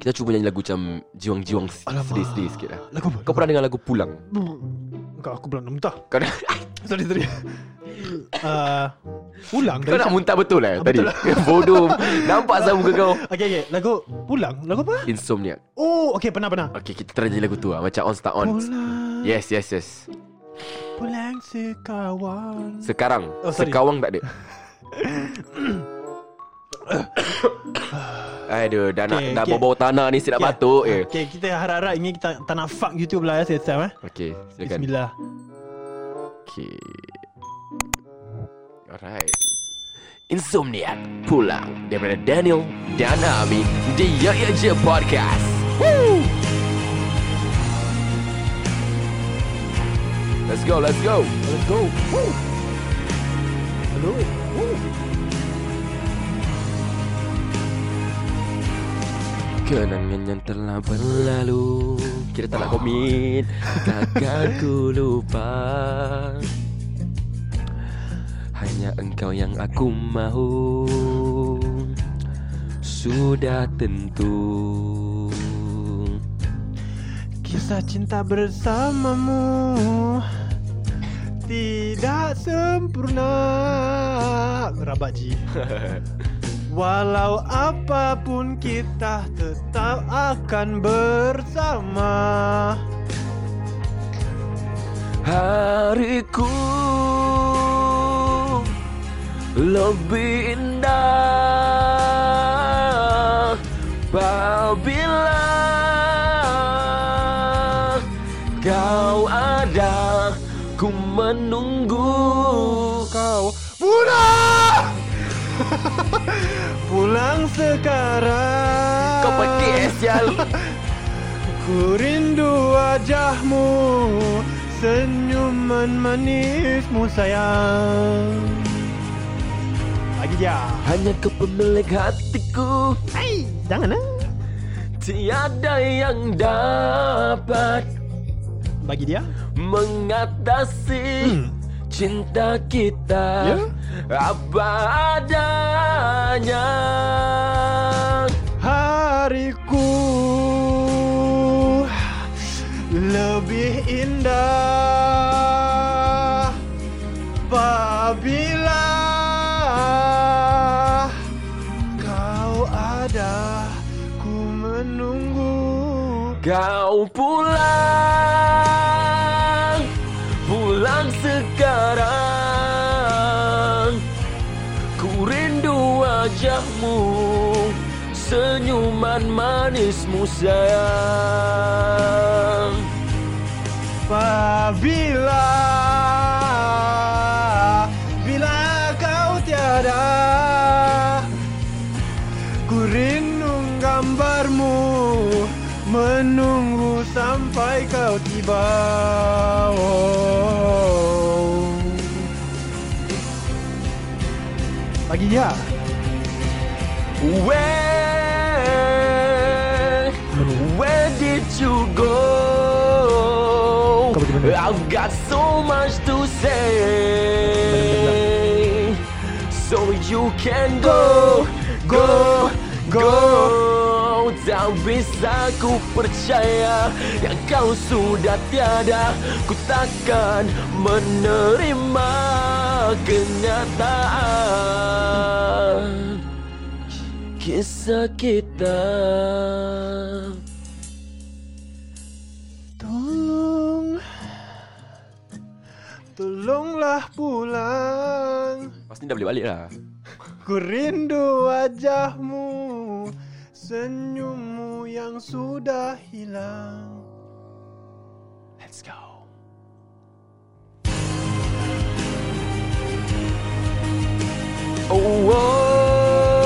[SPEAKER 5] Kita cuba nyanyi lagu macam jiwang-jiwang s-
[SPEAKER 4] Alamak.
[SPEAKER 5] sedih-sedih sikit lah.
[SPEAKER 4] Lagu apa?
[SPEAKER 5] Kau pernah dengar lagu Pulang? (laughs)
[SPEAKER 4] Kau aku belum muntah.
[SPEAKER 5] Kau, dah-
[SPEAKER 4] Sorry (laughs) sorry. Uh, ulang
[SPEAKER 5] kau
[SPEAKER 4] tadi.
[SPEAKER 5] nak muntah betul lah tadi?
[SPEAKER 4] Ah, Betul
[SPEAKER 5] (laughs)
[SPEAKER 4] (laughs)
[SPEAKER 5] Bodoh. Nampak sah muka kau.
[SPEAKER 4] Okay, okay. Lagu pulang. Lagu apa?
[SPEAKER 5] Insomnia
[SPEAKER 4] Oh, okay. Pernah, pernah.
[SPEAKER 5] Okay kita try jadi lagu tu lah Macam on start on
[SPEAKER 4] Pulang,
[SPEAKER 5] Yes yes yes
[SPEAKER 4] pulang sekawan.
[SPEAKER 5] Sekarang
[SPEAKER 4] (coughs) Oh, sorry.
[SPEAKER 5] Sekawang tak ada (coughs) Aduh, dah nak
[SPEAKER 4] Okay,
[SPEAKER 5] dah
[SPEAKER 4] okay.
[SPEAKER 5] bawa-bawa tanah ni silap batuk eh. je.
[SPEAKER 4] Okay, Ah. kita harap-harap ini kita tak nak fuck YouTube lah ya Sam eh.
[SPEAKER 5] Okey, silakan.
[SPEAKER 4] Bismillah.
[SPEAKER 5] Okay. Alright. Insomniac pulang daripada Daniel dan Ami di Ya Ya Je Podcast. Woo! Let's go, let's go.
[SPEAKER 4] Let's go. Woo. Hello. Woo.
[SPEAKER 5] Kenangan yang telah berlalu Kita tak nak komit Takkan ku lupa Hanya engkau yang aku mahu Sudah tentu
[SPEAKER 4] Kisah cinta bersamamu Tidak sempurna Rabak
[SPEAKER 5] (laughs)
[SPEAKER 4] Ji Walau apapun kita tetap akan bersama
[SPEAKER 5] Hariku Lebih indah Apabila Kau ada Ku menunggu
[SPEAKER 4] Kau pulang Pulang sekarang
[SPEAKER 5] Kau pergi eh, sial
[SPEAKER 4] Ku rindu wajahmu Senyuman manismu sayang Lagi dia
[SPEAKER 5] Hanya kau pemilik hatiku
[SPEAKER 4] Hai, jangan lah
[SPEAKER 5] Tiada yang dapat
[SPEAKER 4] Bagi dia
[SPEAKER 5] mengatasi
[SPEAKER 4] Hmm.
[SPEAKER 5] cinta kita
[SPEAKER 4] Ya.
[SPEAKER 5] apa adanya.
[SPEAKER 4] Hariku Lebih indah Apabila Kau ada Ku menunggu
[SPEAKER 5] Kau pulang, pulang sekarang. Ku rindu wajahmu, senyuman manismu sayang.
[SPEAKER 4] Apabila Bila kau tiada Ku rindu gambarmu Menunggu sampai kau tiba oh. Bagi dia
[SPEAKER 5] Where, where did you go?
[SPEAKER 4] Kau pergi mana?
[SPEAKER 5] I've got so much to say. So you can go, go, go. Tak bisa ku percaya yang kau sudah tiada. Ku takkan menerima kenyataan. Kisah kita
[SPEAKER 4] Tolong Tolonglah pulang
[SPEAKER 5] Pasti dah boleh balik lah
[SPEAKER 4] Ku rindu wajahmu Senyummu yang sudah hilang
[SPEAKER 5] Let's go Oh, oh,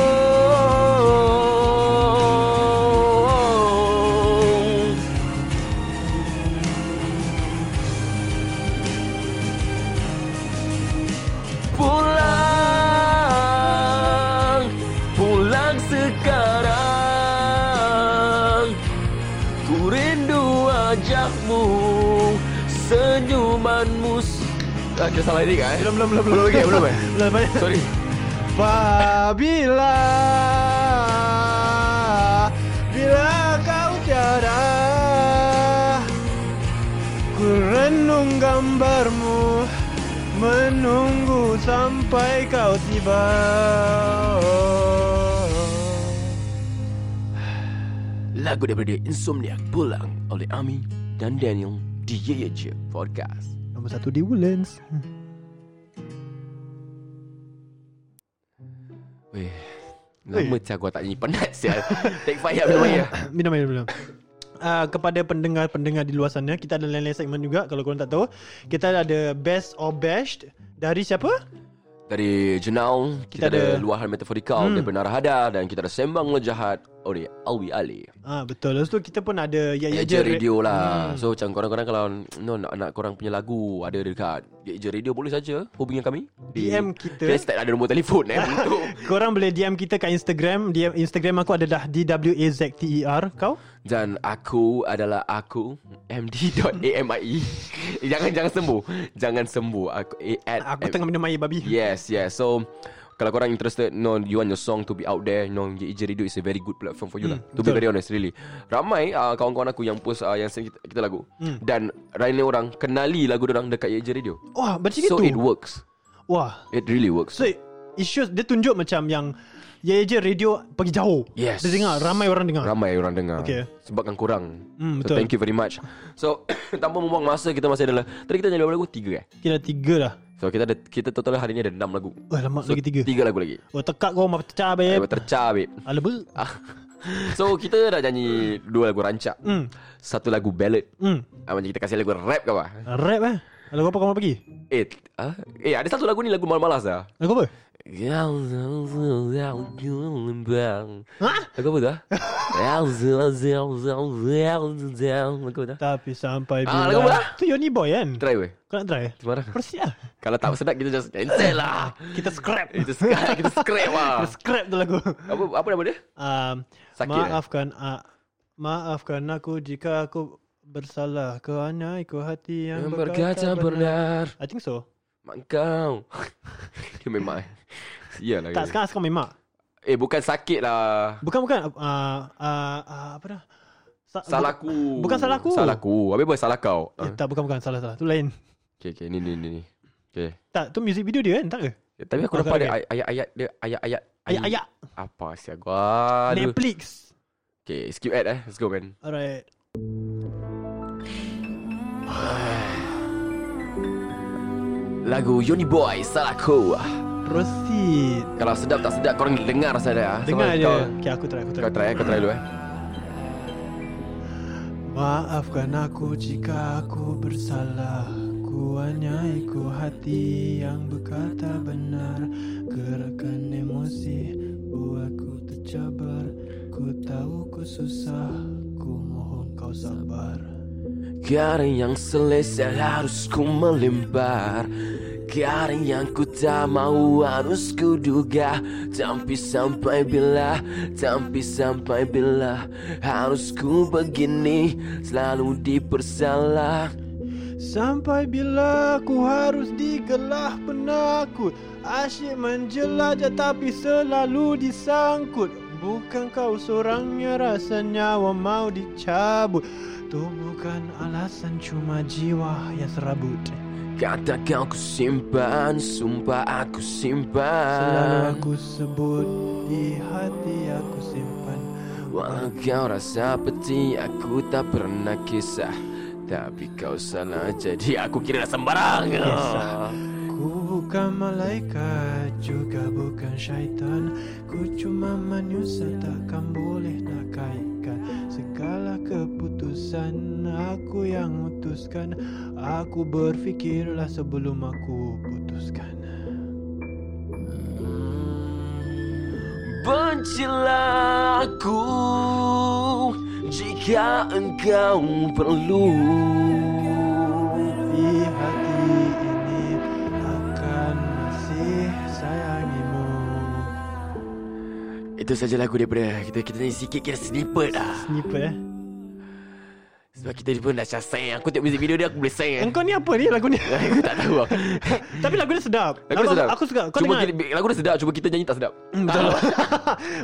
[SPEAKER 5] Pulang Pulang sekarang Ku rindu wajahmu Senyumanmu Ada salah ini kan?
[SPEAKER 4] Belum, belum, belum
[SPEAKER 5] Belum lagi, belum, eh?
[SPEAKER 4] Belum, belum
[SPEAKER 5] Sorry
[SPEAKER 4] Apabila Bila kau tiada Ku renung gambarmu Menunggu sampai kau tiba
[SPEAKER 5] Lagu daripada Insomniac Pulang oleh Ami dan Daniel di Ye Ye Je Podcast
[SPEAKER 4] Nombor satu di Woodlands
[SPEAKER 5] Weh Lama sial kau tak nyanyi Penat (laughs) sial Take fire belum ya
[SPEAKER 4] (coughs) Minum air dulu Uh, kepada pendengar-pendengar di luar sana Kita ada lain-lain segmen juga Kalau korang tak tahu Kita ada Best or Bashed Dari siapa?
[SPEAKER 5] Dari Jenal Kita,
[SPEAKER 4] Kita
[SPEAKER 5] ada,
[SPEAKER 4] ada-
[SPEAKER 5] Luahan Metaforikal hmm. Daripada Narahada Dan kita ada Sembang Lejahat Oleh Alwi Ali
[SPEAKER 4] Ah Betul Lepas tu kita pun ada Ya
[SPEAKER 5] Yeja Radio lah hmm. So macam korang-korang Kalau no, nak, nak korang punya lagu Ada dekat Yeja Radio boleh saja Hubungi kami
[SPEAKER 4] DM kita.
[SPEAKER 5] Kita start ada nombor telefon eh Untuk (laughs)
[SPEAKER 4] Korang boleh DM kita kat Instagram DM Instagram aku adalah DWAZTER Kau?
[SPEAKER 5] Dan aku adalah aku MD.AMIE E. (laughs) Jangan jangan sembuh Jangan sembuh Aku eh, at,
[SPEAKER 4] Aku
[SPEAKER 5] em-
[SPEAKER 4] tengah minum air babi
[SPEAKER 5] Yes yes So Kalau korang interested No you want your song to be out there No Ija Radio is a very good platform for you
[SPEAKER 4] Hmm,
[SPEAKER 5] lah To be very honest really Ramai uh, kawan-kawan aku yang post uh, Yang send kita, kita lagu
[SPEAKER 4] Hmm.
[SPEAKER 5] Dan Ramai orang Kenali lagu orang dekat Ija Radio
[SPEAKER 4] Wah macam
[SPEAKER 5] So
[SPEAKER 4] itu
[SPEAKER 5] it works
[SPEAKER 4] Wah
[SPEAKER 5] It really works
[SPEAKER 4] So it shows Dia tunjuk macam yang Ya je radio pergi jauh
[SPEAKER 5] Yes.
[SPEAKER 4] Dia dengar Ramai orang dengar
[SPEAKER 5] Ramai orang dengar
[SPEAKER 4] Okay.
[SPEAKER 5] Sebabkan korang
[SPEAKER 4] Hmm,
[SPEAKER 5] So
[SPEAKER 4] betul.
[SPEAKER 5] thank you very much So (coughs) Tanpa membuang masa Kita masih adalah Tadi kita nyanyi berapa lagu Tiga eh
[SPEAKER 4] Kira tiga lah
[SPEAKER 5] So kita ada Kita total hari ni ada enam lagu
[SPEAKER 4] Oh lama
[SPEAKER 5] So
[SPEAKER 4] lagi tiga
[SPEAKER 5] Tiga lagu lagi
[SPEAKER 4] Oh tekak kau Mata pecah
[SPEAKER 5] eh.
[SPEAKER 4] babe
[SPEAKER 5] Tercah babe
[SPEAKER 4] Alaba
[SPEAKER 5] Ah. So kita dah nyanyi Dua lagu rancak
[SPEAKER 4] Hmm.
[SPEAKER 5] Satu lagu ballad
[SPEAKER 4] Hmm
[SPEAKER 5] ah, Macam kita kasih lagu rap ke apa
[SPEAKER 4] Rap eh Lagu apa kau mau pergi?
[SPEAKER 5] Eh t- ah? Eh ada satu lagu ni Lagu malas-malas lah
[SPEAKER 4] Lagu apa? Ha?
[SPEAKER 5] Lagu apa
[SPEAKER 4] (laughs)
[SPEAKER 5] tu ah? Lagu apa tu ah?
[SPEAKER 4] Tapi sampai
[SPEAKER 5] Ah, lagu apa lah?
[SPEAKER 4] Tu Yoni Boy kan?
[SPEAKER 5] Try weh
[SPEAKER 4] Kau nak try?
[SPEAKER 5] Semarang
[SPEAKER 4] Persi lah
[SPEAKER 5] Kalau tak sedap kita just cancel lah
[SPEAKER 4] Kita scrap
[SPEAKER 5] Kita scrap Kita scrap
[SPEAKER 4] (laughs)
[SPEAKER 5] lah
[SPEAKER 4] Kita scrap tu lagu
[SPEAKER 5] Apa apa nama dia?
[SPEAKER 4] um,
[SPEAKER 5] Sakit, eh?
[SPEAKER 4] Maafkan ah, Maafkan aku jika aku bersalah Kerana ikut hati yang, berkata benar I think so
[SPEAKER 5] Mak kau (laughs) Dia memang eh. Iyalah
[SPEAKER 4] Tak sekarang sekarang memang
[SPEAKER 5] Eh bukan sakit lah
[SPEAKER 4] Bukan bukan ah, ah, ah, Apa dah Sa-
[SPEAKER 5] Salah
[SPEAKER 4] bu-
[SPEAKER 5] aku
[SPEAKER 4] Bukan salah aku.
[SPEAKER 5] Salah aku Habis apa salah kau
[SPEAKER 4] eh,
[SPEAKER 5] ha.
[SPEAKER 4] Tak bukan bukan salah salah Tu lain
[SPEAKER 5] Okay okay ni ni ni ni. Okay
[SPEAKER 4] Tak tu music video dia kan tak ke
[SPEAKER 5] Eh, Tapi aku
[SPEAKER 4] Oh,
[SPEAKER 5] nampak
[SPEAKER 4] sorry,
[SPEAKER 5] ada ay- ayat-ayat dia Ayat-ayat
[SPEAKER 4] Ayat-ayat
[SPEAKER 5] Apa sih aku Aduh
[SPEAKER 4] Netflix
[SPEAKER 5] Okay skip ad eh Let's go man
[SPEAKER 4] Alright
[SPEAKER 5] Lagu Yoni Boy Salah aku
[SPEAKER 4] Proceed
[SPEAKER 5] Kalau sedap tak sedap Korang dengar saja ah.
[SPEAKER 4] Dengar
[SPEAKER 5] Sama
[SPEAKER 4] je
[SPEAKER 5] kau-
[SPEAKER 4] Okay aku try aku try
[SPEAKER 5] Kau try eh Kau try dulu eh
[SPEAKER 4] Maafkan aku jika aku bersalah Ku hanya ikut hati yang berkata benar Gerakan emosi buatku tercabar Ku tahu ku susah, ku mohon kau sabar
[SPEAKER 5] Garing yang selesai harus ku melempar Garing yang ku tak mau harus ku duga Tapi sampai bila, tapi sampai bila Harus ku begini, selalu dipersalah
[SPEAKER 4] Sampai bila ku harus digelah penakut Asyik menjelajah tapi selalu disangkut Bukan kau seorangnya rasanya nyawa mau dicabut Tu bukan alasan cuma jiwa yang serabut
[SPEAKER 5] Kata kau ku simpan, sumpah aku Ah.
[SPEAKER 4] Selalu
[SPEAKER 5] simpan
[SPEAKER 4] aku sebut di hati aku simpan
[SPEAKER 5] Walau kau rasa peti, aku tak pernah kisah Tapi kau salah jadi aku kira sembarang
[SPEAKER 4] Kisah. Ku bukan malaikat juga bukan syaitan Ku cuma manusia takkan boleh nak kaitkan Segala keputusan aku yang utuskan Aku berfikirlah sebelum aku putuskan
[SPEAKER 5] Bencilah aku jika engkau perlu
[SPEAKER 4] Di hati ini akan masih sayangimu
[SPEAKER 5] Itu saja lagu daripada Eh, kita kita nyanyi sikit kira snippet lah
[SPEAKER 4] Sniper eh
[SPEAKER 5] Sebab kita pun dah sayang Aku tengok music video dia aku boleh sayang
[SPEAKER 4] Engkau ni apa ni lagu
[SPEAKER 5] (laughs)
[SPEAKER 4] ni?
[SPEAKER 5] Aku tak tahu aku.
[SPEAKER 4] Tapi lagu dia sedap
[SPEAKER 5] Lagu dia
[SPEAKER 4] Aku-
[SPEAKER 5] sedap
[SPEAKER 4] Aku suka Kau
[SPEAKER 5] cuma
[SPEAKER 4] dengar
[SPEAKER 5] kita, Lagu dia sedap Cuma kita nyanyi tak sedap
[SPEAKER 4] Hmm, (laughs) Betul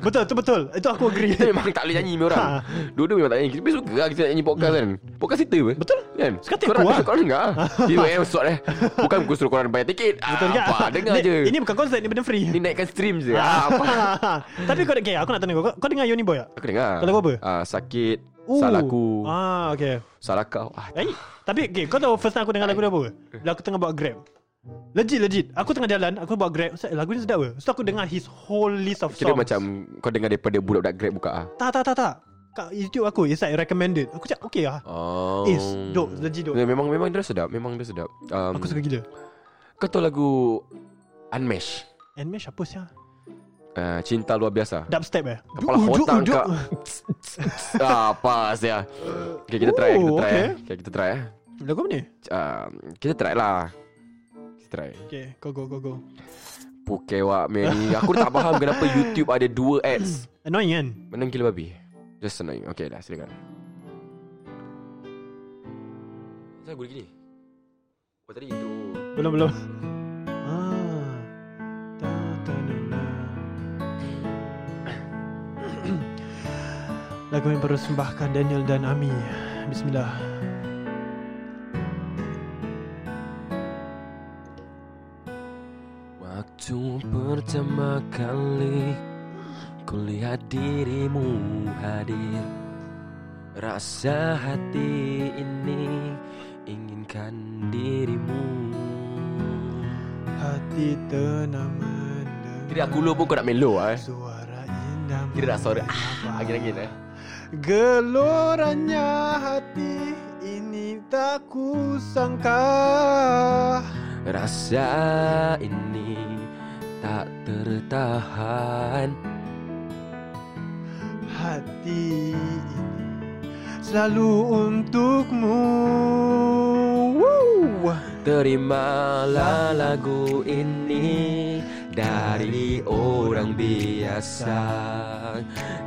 [SPEAKER 4] Betul tu betul Itu aku agree
[SPEAKER 5] Kita memang tak boleh nyanyi ni orang
[SPEAKER 4] Ha. Hmm.
[SPEAKER 5] Dua-dua memang tak nyanyi Kita suka lah Kita nak nyanyi podcast kan Podcast kita apa
[SPEAKER 4] Betul.
[SPEAKER 5] kan?
[SPEAKER 4] Sekarang
[SPEAKER 5] Korang-
[SPEAKER 4] tipu lah.
[SPEAKER 5] Korang
[SPEAKER 4] (laughs)
[SPEAKER 5] dengar lah Tiba eh Suat eh Bukan aku suruh korang bayar tiket
[SPEAKER 4] Betul juga.
[SPEAKER 5] Apa Dengar
[SPEAKER 4] Ni-
[SPEAKER 5] je
[SPEAKER 4] Ini Ha. bukan konsert Ini benda free
[SPEAKER 5] Ni naikkan stream je ah, apa?
[SPEAKER 4] (laughs) Tapi kau okay, Aku nak tanya kau Kau, kau dengar Yoni Boy tak?
[SPEAKER 5] Aku dengar
[SPEAKER 4] Kau lagu apa?
[SPEAKER 5] Ah, sakit
[SPEAKER 4] Ooh.
[SPEAKER 5] Salah aku
[SPEAKER 4] Ah okay
[SPEAKER 5] Salah kau ah,
[SPEAKER 4] Eh tapi okay, Kau tahu first time aku dengar lagu dia apa Bila aku tengah buat grab Legit legit Aku tengah jalan Aku buat grab Ustaz, Lagu ni sedap ke Ustaz aku dengar his whole list of
[SPEAKER 5] Kira
[SPEAKER 4] songs
[SPEAKER 5] macam Kau dengar daripada Budak-budak grab buka ah.
[SPEAKER 4] Tak tak tak tak Kat YouTube aku It's like recommended Aku cakap okay lah
[SPEAKER 5] Oh.
[SPEAKER 4] Is dope Legit dope
[SPEAKER 5] Ya, memang memang dia sedap, memang dia sedap. Um,
[SPEAKER 4] Aku suka gila
[SPEAKER 5] Kau tahu lagu Unmesh?
[SPEAKER 4] And Mesh apa siapa
[SPEAKER 5] Uh, cinta luar biasa.
[SPEAKER 4] Dubstep eh
[SPEAKER 5] Kepala hotang kak. ah, pas ya. Okay, kita try, kita
[SPEAKER 4] Oh,
[SPEAKER 5] try.
[SPEAKER 4] okay.
[SPEAKER 5] Okay, okay kita try eh.
[SPEAKER 4] Lagu apa ni
[SPEAKER 5] Uh, kita try lah. Kita try.
[SPEAKER 4] Okay go go go go
[SPEAKER 5] Pukewak Mary. Aku tak faham kenapa YouTube ada dua ads.
[SPEAKER 4] Annoying kan
[SPEAKER 5] Menang gila babi. Just annoying. Okay, dah silakan. Kenapa boleh gini? Oh, tadi intro.
[SPEAKER 4] Belum belum. Ah. Ta, ta, na, na. (coughs) Lagu yang persembahkan Daniel dan Ami. Bismillah.
[SPEAKER 5] Waktu pertama kali Kulihat dirimu hadir Rasa hati ini Inginkan dirimu
[SPEAKER 4] Hati tenang mendengar.
[SPEAKER 5] Kira aku lu pun kau nak melo lah eh
[SPEAKER 4] Suara indah.
[SPEAKER 5] Kira nak suara
[SPEAKER 4] menyapa.
[SPEAKER 5] Angin-angin eh
[SPEAKER 4] Geloranya hati ini tak kusangka.
[SPEAKER 5] Rasa ini tak tertahan
[SPEAKER 4] Hati ini selalu untukmu. Woo!
[SPEAKER 5] Terimalah lagu ini dari orang biasa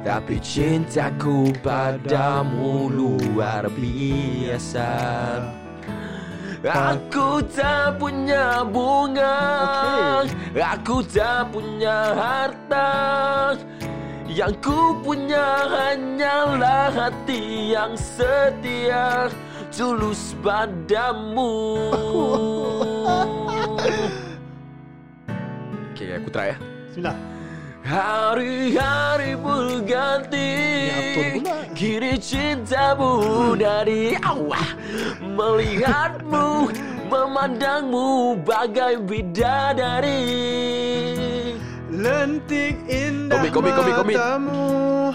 [SPEAKER 5] Tapi cintaku padamu luar biasa Ah. Aku tak punya bunga Aku tak punya harta Yang ku punya hanyalah hati yang setia Tulus (laughs) padamu Okay, aku try ya
[SPEAKER 4] Bismillah.
[SPEAKER 5] Hari-hari berganti
[SPEAKER 4] Ya, betul pula.
[SPEAKER 5] Kini cintamu dari awal Melihatmu Memandangmu bagai bidadari
[SPEAKER 4] Lentik indah
[SPEAKER 5] Komik, komik, komik, komik.
[SPEAKER 4] matamu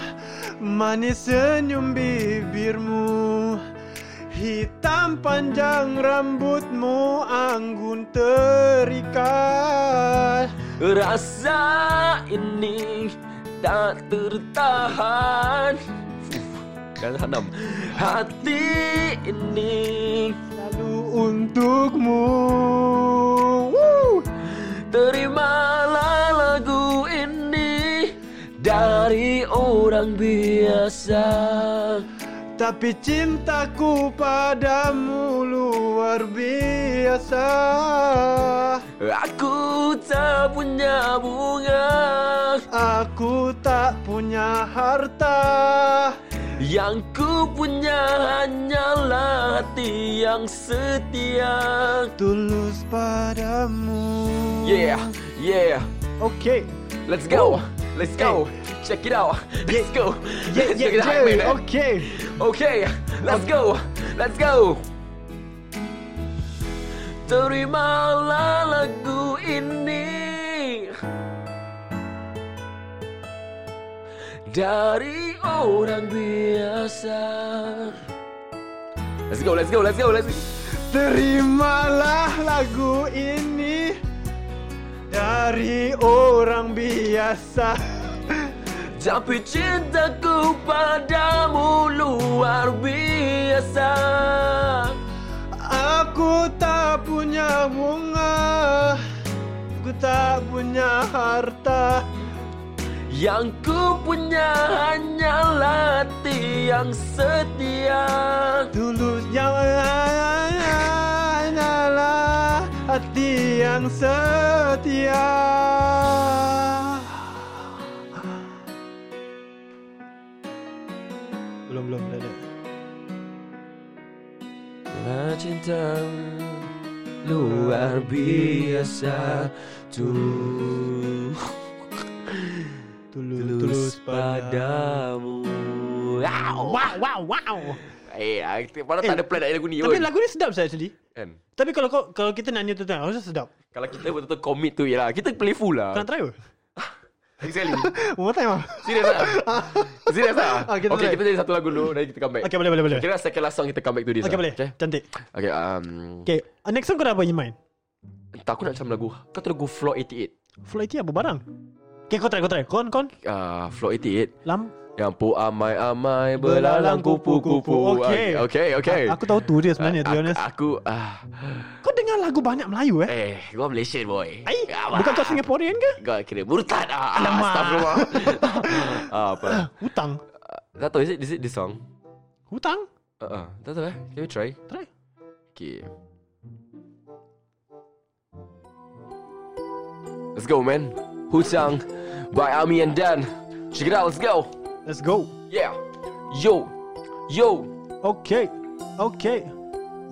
[SPEAKER 4] Manis senyum bibirmu Hitam panjang rambutmu Anggun terikat
[SPEAKER 5] Rasa ini tak tertahan Dan hanam Hati ini
[SPEAKER 4] Lalu untukmu Woo!
[SPEAKER 5] Terimalah lagu ini Dari orang biasa
[SPEAKER 4] Tapi cintaku padamu luar biasa
[SPEAKER 5] Aku tak punya bunga
[SPEAKER 4] Aku tak punya harta
[SPEAKER 5] Yang ku punya hanyalah hati yang setia
[SPEAKER 4] tulus padamu.
[SPEAKER 5] Yeah, yeah
[SPEAKER 4] Okay.
[SPEAKER 5] Let's go. Let's go. Check it out. Let's go.
[SPEAKER 4] Yeah,
[SPEAKER 5] Let's
[SPEAKER 4] yeah,
[SPEAKER 5] go get hype,
[SPEAKER 4] yeah.
[SPEAKER 5] man.
[SPEAKER 4] Okay.
[SPEAKER 5] Okay. Let's go. Let's go. Terimalah lagu ini dari orang biasa. Let's go, let's go, let's go, let's go.
[SPEAKER 4] Terimalah lagu ini dari orang biasa.
[SPEAKER 5] Tapi cintaku padamu luar biasa.
[SPEAKER 4] Aku tak punya bunga. Aku tak punya harta.
[SPEAKER 5] Yang ku punya hanyalah hati yang setia
[SPEAKER 4] Tulus yang hanyalah hati yang setia. Belum belum belum. belum.
[SPEAKER 5] Bila cinta luar biasa tu
[SPEAKER 4] Tulus, Oh,
[SPEAKER 5] Oh. Tulus padamu Wow, wow, wow Eh, aku- padahal tak ada plan nak lagu ni
[SPEAKER 4] Tapi
[SPEAKER 5] pun.
[SPEAKER 4] lagu ni sedap saya actually.
[SPEAKER 5] Kan?
[SPEAKER 4] Tapi kalau kau kalau kita nak nyanyi tu tengah, rasa sedap.
[SPEAKER 5] Kalau kita betul-betul commit tu je lah. Kita playful lah.
[SPEAKER 4] Kau nak try ke?
[SPEAKER 5] Exactly.
[SPEAKER 4] One more time ah.
[SPEAKER 5] Serius
[SPEAKER 4] (laughs)
[SPEAKER 5] lah. Serius lah.
[SPEAKER 4] Ah, kita
[SPEAKER 5] Okay,
[SPEAKER 4] try.
[SPEAKER 5] kita jadi satu lagu dulu. Dari kita come back.
[SPEAKER 4] Okay, boleh boleh boleh.
[SPEAKER 5] Kira second last song kita come back to this
[SPEAKER 4] Okay,
[SPEAKER 5] lah.
[SPEAKER 4] boleh.
[SPEAKER 5] Okay.
[SPEAKER 4] Cantik.
[SPEAKER 5] Okay, um,
[SPEAKER 4] Okay, uh, next song kau dah apa in mind?
[SPEAKER 5] Entah aku nak macam lagu Kau tahu lagu Floor 88
[SPEAKER 4] Flighty apa barang? Okay, kau try, kau try. Kon, kon.
[SPEAKER 5] uh, Floor 88
[SPEAKER 4] Lam.
[SPEAKER 5] Yang pu amai amai Belalang kupu-kupu
[SPEAKER 4] Okay.
[SPEAKER 5] Ah, Okay okay
[SPEAKER 4] A- aku tahu tu dia sebenarnya, to be
[SPEAKER 5] Ah,
[SPEAKER 4] honest.
[SPEAKER 5] Aku, aku ah,
[SPEAKER 4] Kau dengar lagu banyak Melayu eh?
[SPEAKER 5] Eh Gua Malaysian boy
[SPEAKER 4] Ai,
[SPEAKER 5] Abah.
[SPEAKER 4] bukan kau Singaporean ke?
[SPEAKER 5] Gua kira murtad ah,
[SPEAKER 4] Alamak.
[SPEAKER 5] Astagfirullah (laughs) ah, Apa
[SPEAKER 4] Hutang.
[SPEAKER 5] Ah, Tak tahu is it, is it this song
[SPEAKER 4] Hutang?
[SPEAKER 5] uh, uh, Tak tahu eh Can we try
[SPEAKER 4] Try.
[SPEAKER 5] Okay Let's go man Hutang By Ami and Dan Check it out let's go
[SPEAKER 4] Let's go.
[SPEAKER 5] Yeah. Yo. Yo.
[SPEAKER 4] Okay. Okay.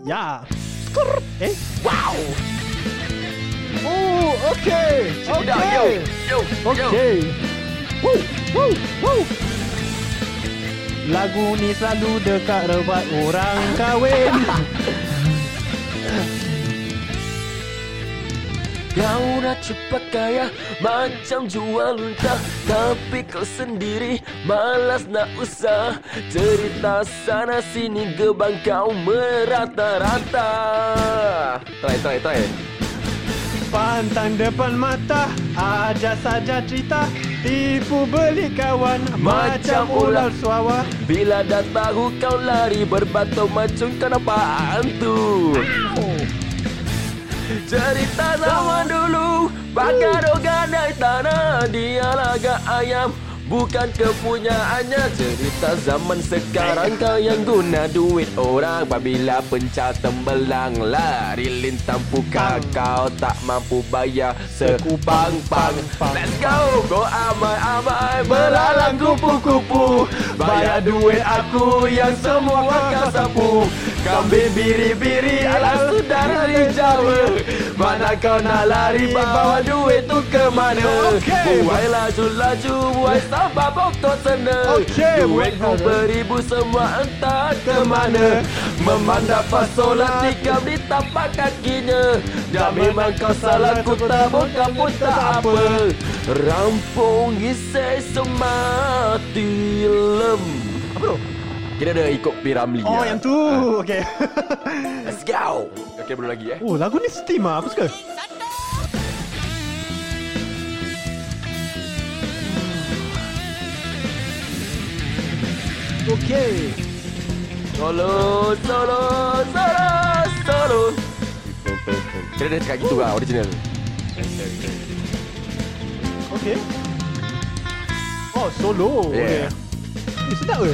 [SPEAKER 4] Ya. Skrrt. Eh?
[SPEAKER 5] Wow.
[SPEAKER 4] Oh, okay.
[SPEAKER 5] Check it out. Yo.
[SPEAKER 4] Okay.
[SPEAKER 5] Yo. Yo.
[SPEAKER 4] Okay. Woo, woo, woo. Lagu ni selalu dekat rebat orang (laughs) kahwin.
[SPEAKER 5] Kau nak cepat kaya Macam jual unta Tapi kau sendiri Malas nak usah Cerita sana sini Gebang kau merata-rata Try, try, try
[SPEAKER 4] Pantang depan mata, aja saja cerita. Tipu beli kawan macam
[SPEAKER 5] Macam
[SPEAKER 4] ular
[SPEAKER 5] ular.
[SPEAKER 4] suawa.
[SPEAKER 5] Bila dah tahu kau lari Berbatau macam kau apaan tu Cerita zaman dulu Bakar ganai tanah Dia laga ayam Bukan kepunyaannya Cerita zaman sekarang Kau yang guna duit orang Apabila pencah tembelang Lari lintang puka Kau tak mampu bayar Sekupang pang Let's go Go amai-amai Belalang kupu-kupu Bayar duit aku Yang semua kau sapu Kambing biri-biri Alas saudara di Jawa Mana kau nak lari Bawa duit tu ke mana
[SPEAKER 4] Okey.
[SPEAKER 5] Buai laju-laju Buai sabar boktor sana
[SPEAKER 4] Okey,
[SPEAKER 5] Duit ku
[SPEAKER 4] buat-
[SPEAKER 5] beribu Semua entah ke mana Memandang fasolat Tikam di tapak kakinya Dah memang kau salah Ku tabur kau pun tak apa Rampungi semati lem Apa tu? Kita ada ikut Piramli ya?
[SPEAKER 4] Oh, yang tu. Okay. (laughs)
[SPEAKER 5] Let's go Okay belum lagi eh
[SPEAKER 4] oh, lagu ni steam ah. Aku suka. Okay.
[SPEAKER 5] Solo Solo Solo Solo Kita dia cakap gitu lah original
[SPEAKER 4] Okay. Oh, solo.
[SPEAKER 5] Yeah.
[SPEAKER 4] Okay. Eh, sedap ke?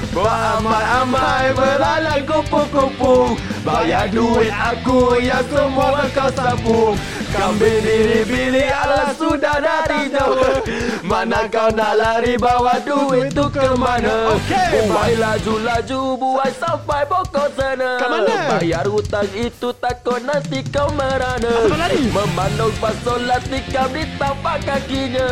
[SPEAKER 5] Buat amai-amai Belalang kupu-kupu Bayar duit aku Yang semua kau sapu Kambing biri-biri Alas sudah dari jauh Mana kau nak lari Bawa duit tu ke mana
[SPEAKER 4] Okey.
[SPEAKER 5] Buai laju-laju Buai sampai pokok sana
[SPEAKER 4] Ke mana?
[SPEAKER 5] Bayar hutang itu Takut nanti kau merana
[SPEAKER 4] Asal lari?
[SPEAKER 5] Memandang pasolat Tikam di tapak kakinya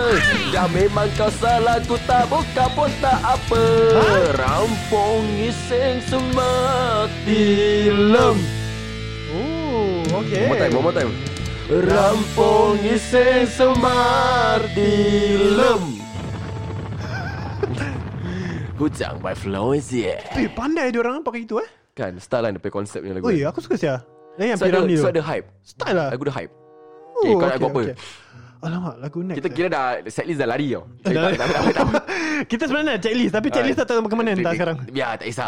[SPEAKER 5] Dah memang kau salah Ku tak buka pun tak apa
[SPEAKER 4] Ha?
[SPEAKER 5] Rampungi sing semati lem
[SPEAKER 4] Oh, okay
[SPEAKER 5] more time Rampungi sing semati lem (laughs) Hujang by Florence yeah.
[SPEAKER 4] Eh, pandai dia orang pakai itu eh
[SPEAKER 5] Kan style lah dia punya konsep ni lagu
[SPEAKER 4] Oi,
[SPEAKER 5] ni.
[SPEAKER 4] aku suka sia Eh, yang
[SPEAKER 5] So ada,
[SPEAKER 4] Piramli tu
[SPEAKER 5] so ada hype
[SPEAKER 4] Style lah
[SPEAKER 5] Lagu ada hype Okay, kau nak
[SPEAKER 4] okay,
[SPEAKER 5] buat apa?
[SPEAKER 4] okay. Alamak, lagu next
[SPEAKER 5] Kita
[SPEAKER 4] eh.
[SPEAKER 5] kira dah Setlist dah lari tau Kita
[SPEAKER 4] Dah
[SPEAKER 5] tak- tak- tak- tak- tak-
[SPEAKER 4] Kita sebenarnya ada checklist Tapi checklist tak tahu ke mana entah sekarang
[SPEAKER 5] Ya tak kisah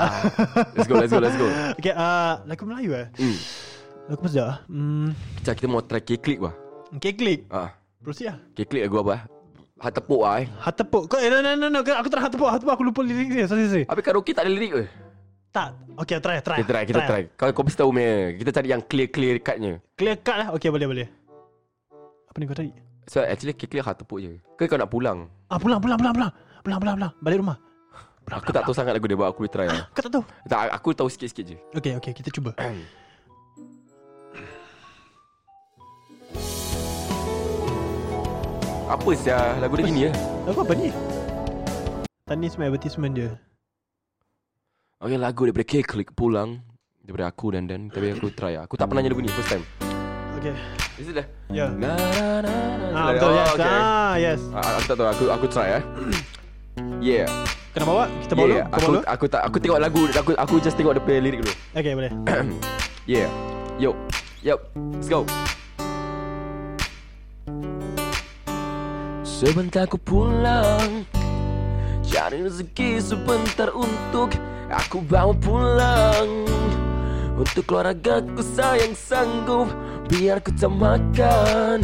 [SPEAKER 5] Let's go let's go let's go
[SPEAKER 4] Okay, ah, lagu Melayu eh
[SPEAKER 5] Hmm.
[SPEAKER 4] Lagu apa sedap ah? Hmm,
[SPEAKER 5] Sekejap kita mau try K-Click lah
[SPEAKER 4] Okay, klik
[SPEAKER 5] Ah,
[SPEAKER 4] Proceed lah
[SPEAKER 5] K-Click lagu apa eh Hak tepuk lah eh
[SPEAKER 4] Hatepuk Kau, eh, no, no, no, no. Aku tak nak hatepuk Hatepuk aku lupa lirik dia Sorry, sorry
[SPEAKER 5] Habis karaoke tak ada lirik ke?
[SPEAKER 4] Tak Okay, try, try
[SPEAKER 5] Kita try, kita try. Kau kau mesti tahu punya. Kita cari yang clear-clear cardnya.
[SPEAKER 4] Clear cut lah Okay, boleh, boleh Apa ni kau cari?
[SPEAKER 5] So actually clear hak tepuk je. Ke kau nak pulang?
[SPEAKER 4] Ah, pulang, pulang, pulang, pulang Pulang, pulang, pulang Balik rumah Ah,
[SPEAKER 5] Aku tak tahu sangat lagu dia buat aku boleh try (laughs) lah.
[SPEAKER 4] Kau tak tahu?
[SPEAKER 5] Tak aku tahu sikit-sikit je.
[SPEAKER 4] Okay, okay, kita cuba
[SPEAKER 5] (clears throat) Apa sia lagu dia gini ya?
[SPEAKER 4] Lagu apa ni? Tadi semua advertisement dia
[SPEAKER 5] Okay lagu daripada K-Click pulang daripada aku dan dan tapi aku try lah. Aku tak pernah nyanyi lagu ni first time.
[SPEAKER 4] Okay
[SPEAKER 5] Is it dah?
[SPEAKER 4] Ya yeah.
[SPEAKER 5] Na na na na.
[SPEAKER 4] Ah, betul,
[SPEAKER 5] Oh,
[SPEAKER 4] yes
[SPEAKER 5] okay.
[SPEAKER 4] Ah, yes
[SPEAKER 5] Ah, Aku tak tahu aku aku try eh. Yeah.
[SPEAKER 4] Kena bawa? Kita bawa
[SPEAKER 5] Yeah,
[SPEAKER 4] dulu? Kita
[SPEAKER 5] Ya, aku
[SPEAKER 4] bawa dulu?
[SPEAKER 5] aku tak aku tengok lagu aku aku just tengok dia punya lirik dulu.
[SPEAKER 4] Okay, boleh
[SPEAKER 5] Yeah. Yo. Yup. Let's go. Sebentar aku pulang Cari rezeki sebentar untuk Aku bawa pulang Untuk keluargaku sayang sanggup Biar ku tak makan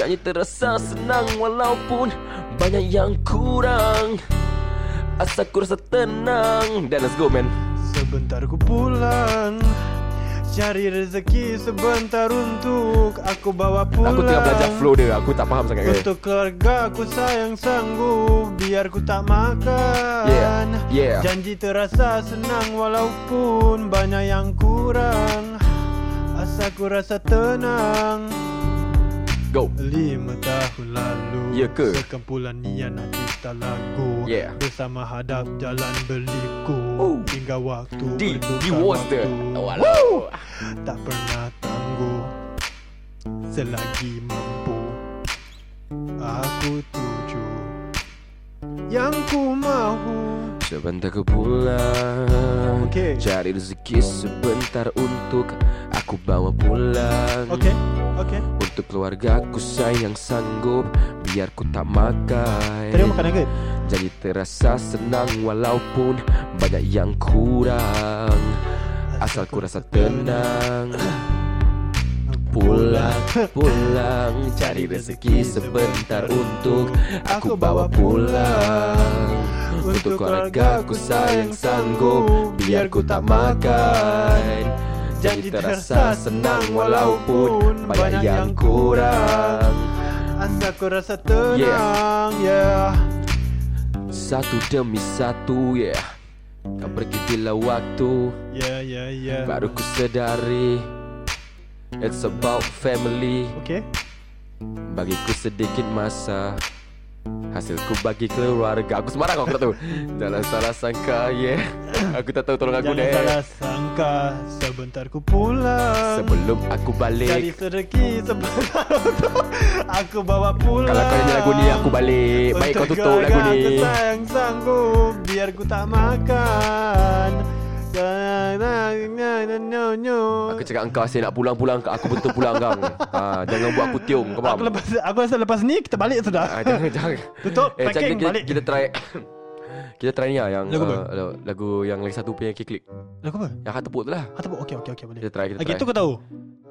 [SPEAKER 5] Kayaknya terasa senang walaupun Banyak yang kurang Asal ku rasa tenang Dan let's go man
[SPEAKER 4] Sebentar ku pulang Cari rezeki sebentar untuk Aku bawa pulang
[SPEAKER 5] Aku tengah belajar flow dia Aku tak faham sangat kan
[SPEAKER 4] Untuk keluarga aku sayang sanggup Biar ku tak makan
[SPEAKER 5] Yeah, yeah.
[SPEAKER 4] Janji terasa senang walaupun banyak yang kurang Asal ku rasa tenang
[SPEAKER 5] Go
[SPEAKER 4] Lima tahun lalu
[SPEAKER 5] Ya ke?
[SPEAKER 4] Sekumpulan Nian cipta lagu
[SPEAKER 5] Yeah.
[SPEAKER 4] Bersama hadap jalan berliku
[SPEAKER 5] Oh.
[SPEAKER 4] Hingga waktu
[SPEAKER 5] D D
[SPEAKER 4] bertukar
[SPEAKER 5] was
[SPEAKER 4] waktu
[SPEAKER 5] the Woo
[SPEAKER 4] Tak pernah tangguh Selagi mampu Aku tuju Yang ku mahu
[SPEAKER 5] Sebentar ke pulang
[SPEAKER 4] Okay.
[SPEAKER 5] Cari rezeki sebentar untuk Aku bawa pulang
[SPEAKER 4] Okay, okay
[SPEAKER 5] Untuk keluarga aku sayang sanggup Biar ku tak makai
[SPEAKER 4] Tadi kau makan nugget?
[SPEAKER 5] Jadi terasa senang walaupun Banyak yang kurang Asal ku rasa tenang Pulang, pulang Cari rezeki sebentar untuk Aku bawa pulang Untuk keluarga aku sayang sanggup Biar ku tak makan Janji terasa senang walaupun Banyak yang kurang
[SPEAKER 4] Asal ku rasa tenang ya. Yeah,
[SPEAKER 5] Satu demi satu ya yeah. Kau pergi bila waktu
[SPEAKER 4] yeah, yeah, yeah,
[SPEAKER 5] Baru ku sedari It's about family
[SPEAKER 4] Okay
[SPEAKER 5] Bagiku sedikit masa Hasilku bagi keluarga Aku semarang kau
[SPEAKER 4] (laughs)
[SPEAKER 5] tahu Jangan salah sangka yeah. Aku tak tahu tolong aku
[SPEAKER 4] Jangan
[SPEAKER 5] deh
[SPEAKER 4] salah sangka Sebentar ku pulang
[SPEAKER 5] Sebelum aku
[SPEAKER 4] Cari
[SPEAKER 5] balik
[SPEAKER 4] rezeki sebentar (laughs) untuk Aku bawa pulang
[SPEAKER 5] Kalau kau nyanyi lagu ni aku balik Baik kau
[SPEAKER 4] Untuk
[SPEAKER 5] tutup lagu
[SPEAKER 4] keluarga Aku
[SPEAKER 5] ni
[SPEAKER 4] sayang sanggup Biar ku tak makan Dan- dan- dan- dan- dan- dan-
[SPEAKER 5] Aku cakap engkau asyik nak pulang-pulang Aku betul pulang
[SPEAKER 4] (laughs)
[SPEAKER 5] kau ha, Jangan buat aku tium
[SPEAKER 4] Aku
[SPEAKER 5] Kau faham?
[SPEAKER 4] lepas Aku rasa lepas ni Kita balik
[SPEAKER 5] Ah, (laughs)
[SPEAKER 4] (laughs) sudah
[SPEAKER 5] jangan jangan.
[SPEAKER 4] Tutup,
[SPEAKER 5] eh,
[SPEAKER 4] packing,
[SPEAKER 5] kita,
[SPEAKER 4] balik.
[SPEAKER 5] Kita try (coughs) Kita try ni lah yang
[SPEAKER 4] Lagu apa?
[SPEAKER 5] uh, lagu yang lagi satu punya klik
[SPEAKER 4] Lagu apa?
[SPEAKER 5] Yang hak tepuk tu lah.
[SPEAKER 4] Hati pun okay okay okay boleh
[SPEAKER 5] Kita try, kita
[SPEAKER 4] Okay
[SPEAKER 5] try.
[SPEAKER 4] itu kau tahu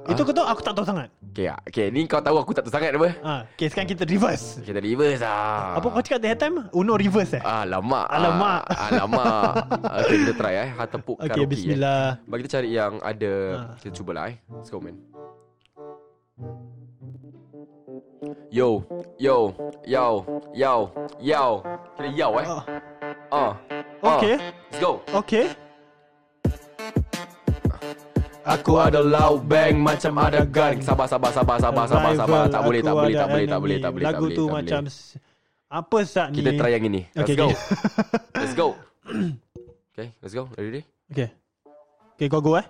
[SPEAKER 4] Itu
[SPEAKER 5] Ah.
[SPEAKER 4] kau tahu aku tak tahu sangat
[SPEAKER 5] Okay, ah. okay ni kau tahu aku tak tahu sangat apa.
[SPEAKER 4] ha, Okay sekarang kita reverse
[SPEAKER 5] Kita reverse lah.
[SPEAKER 4] Apa kau cakap the time? Uno reverse eh
[SPEAKER 5] Alamak. ah.
[SPEAKER 4] Alamak.
[SPEAKER 5] (laughs) Alamak. okay, kita try eh. Hak tepuk
[SPEAKER 4] Okay
[SPEAKER 5] karaoke. Eh.
[SPEAKER 4] bismillah
[SPEAKER 5] Bagi kita cari yang ada
[SPEAKER 4] Ah.
[SPEAKER 5] Kita cubalah eh Let's go man Yo Yo Yo Yo Yo Kena yo eh
[SPEAKER 4] Ah.
[SPEAKER 5] Ah. Ah.
[SPEAKER 4] Okay
[SPEAKER 5] Let's go
[SPEAKER 4] Okay
[SPEAKER 5] Aku ada loud bang macam ada gun. Sabar sabar sabar sabar sabar sabar.
[SPEAKER 4] Rival
[SPEAKER 5] Tak boleh tak
[SPEAKER 4] aku
[SPEAKER 5] boleh
[SPEAKER 4] ada
[SPEAKER 5] tak boleh tak
[SPEAKER 4] enemy.
[SPEAKER 5] boleh tak boleh. tak
[SPEAKER 4] Lagu
[SPEAKER 5] boleh,
[SPEAKER 4] tu
[SPEAKER 5] tak
[SPEAKER 4] macam
[SPEAKER 5] boleh.
[SPEAKER 4] s- apa sat ni?
[SPEAKER 5] kita try yang ini. Let's
[SPEAKER 4] Okay,
[SPEAKER 5] go.
[SPEAKER 4] okay.
[SPEAKER 5] (coughs) Let's go. Okay, let's go. Are you ready?
[SPEAKER 4] Okay. Okay, kau go eh.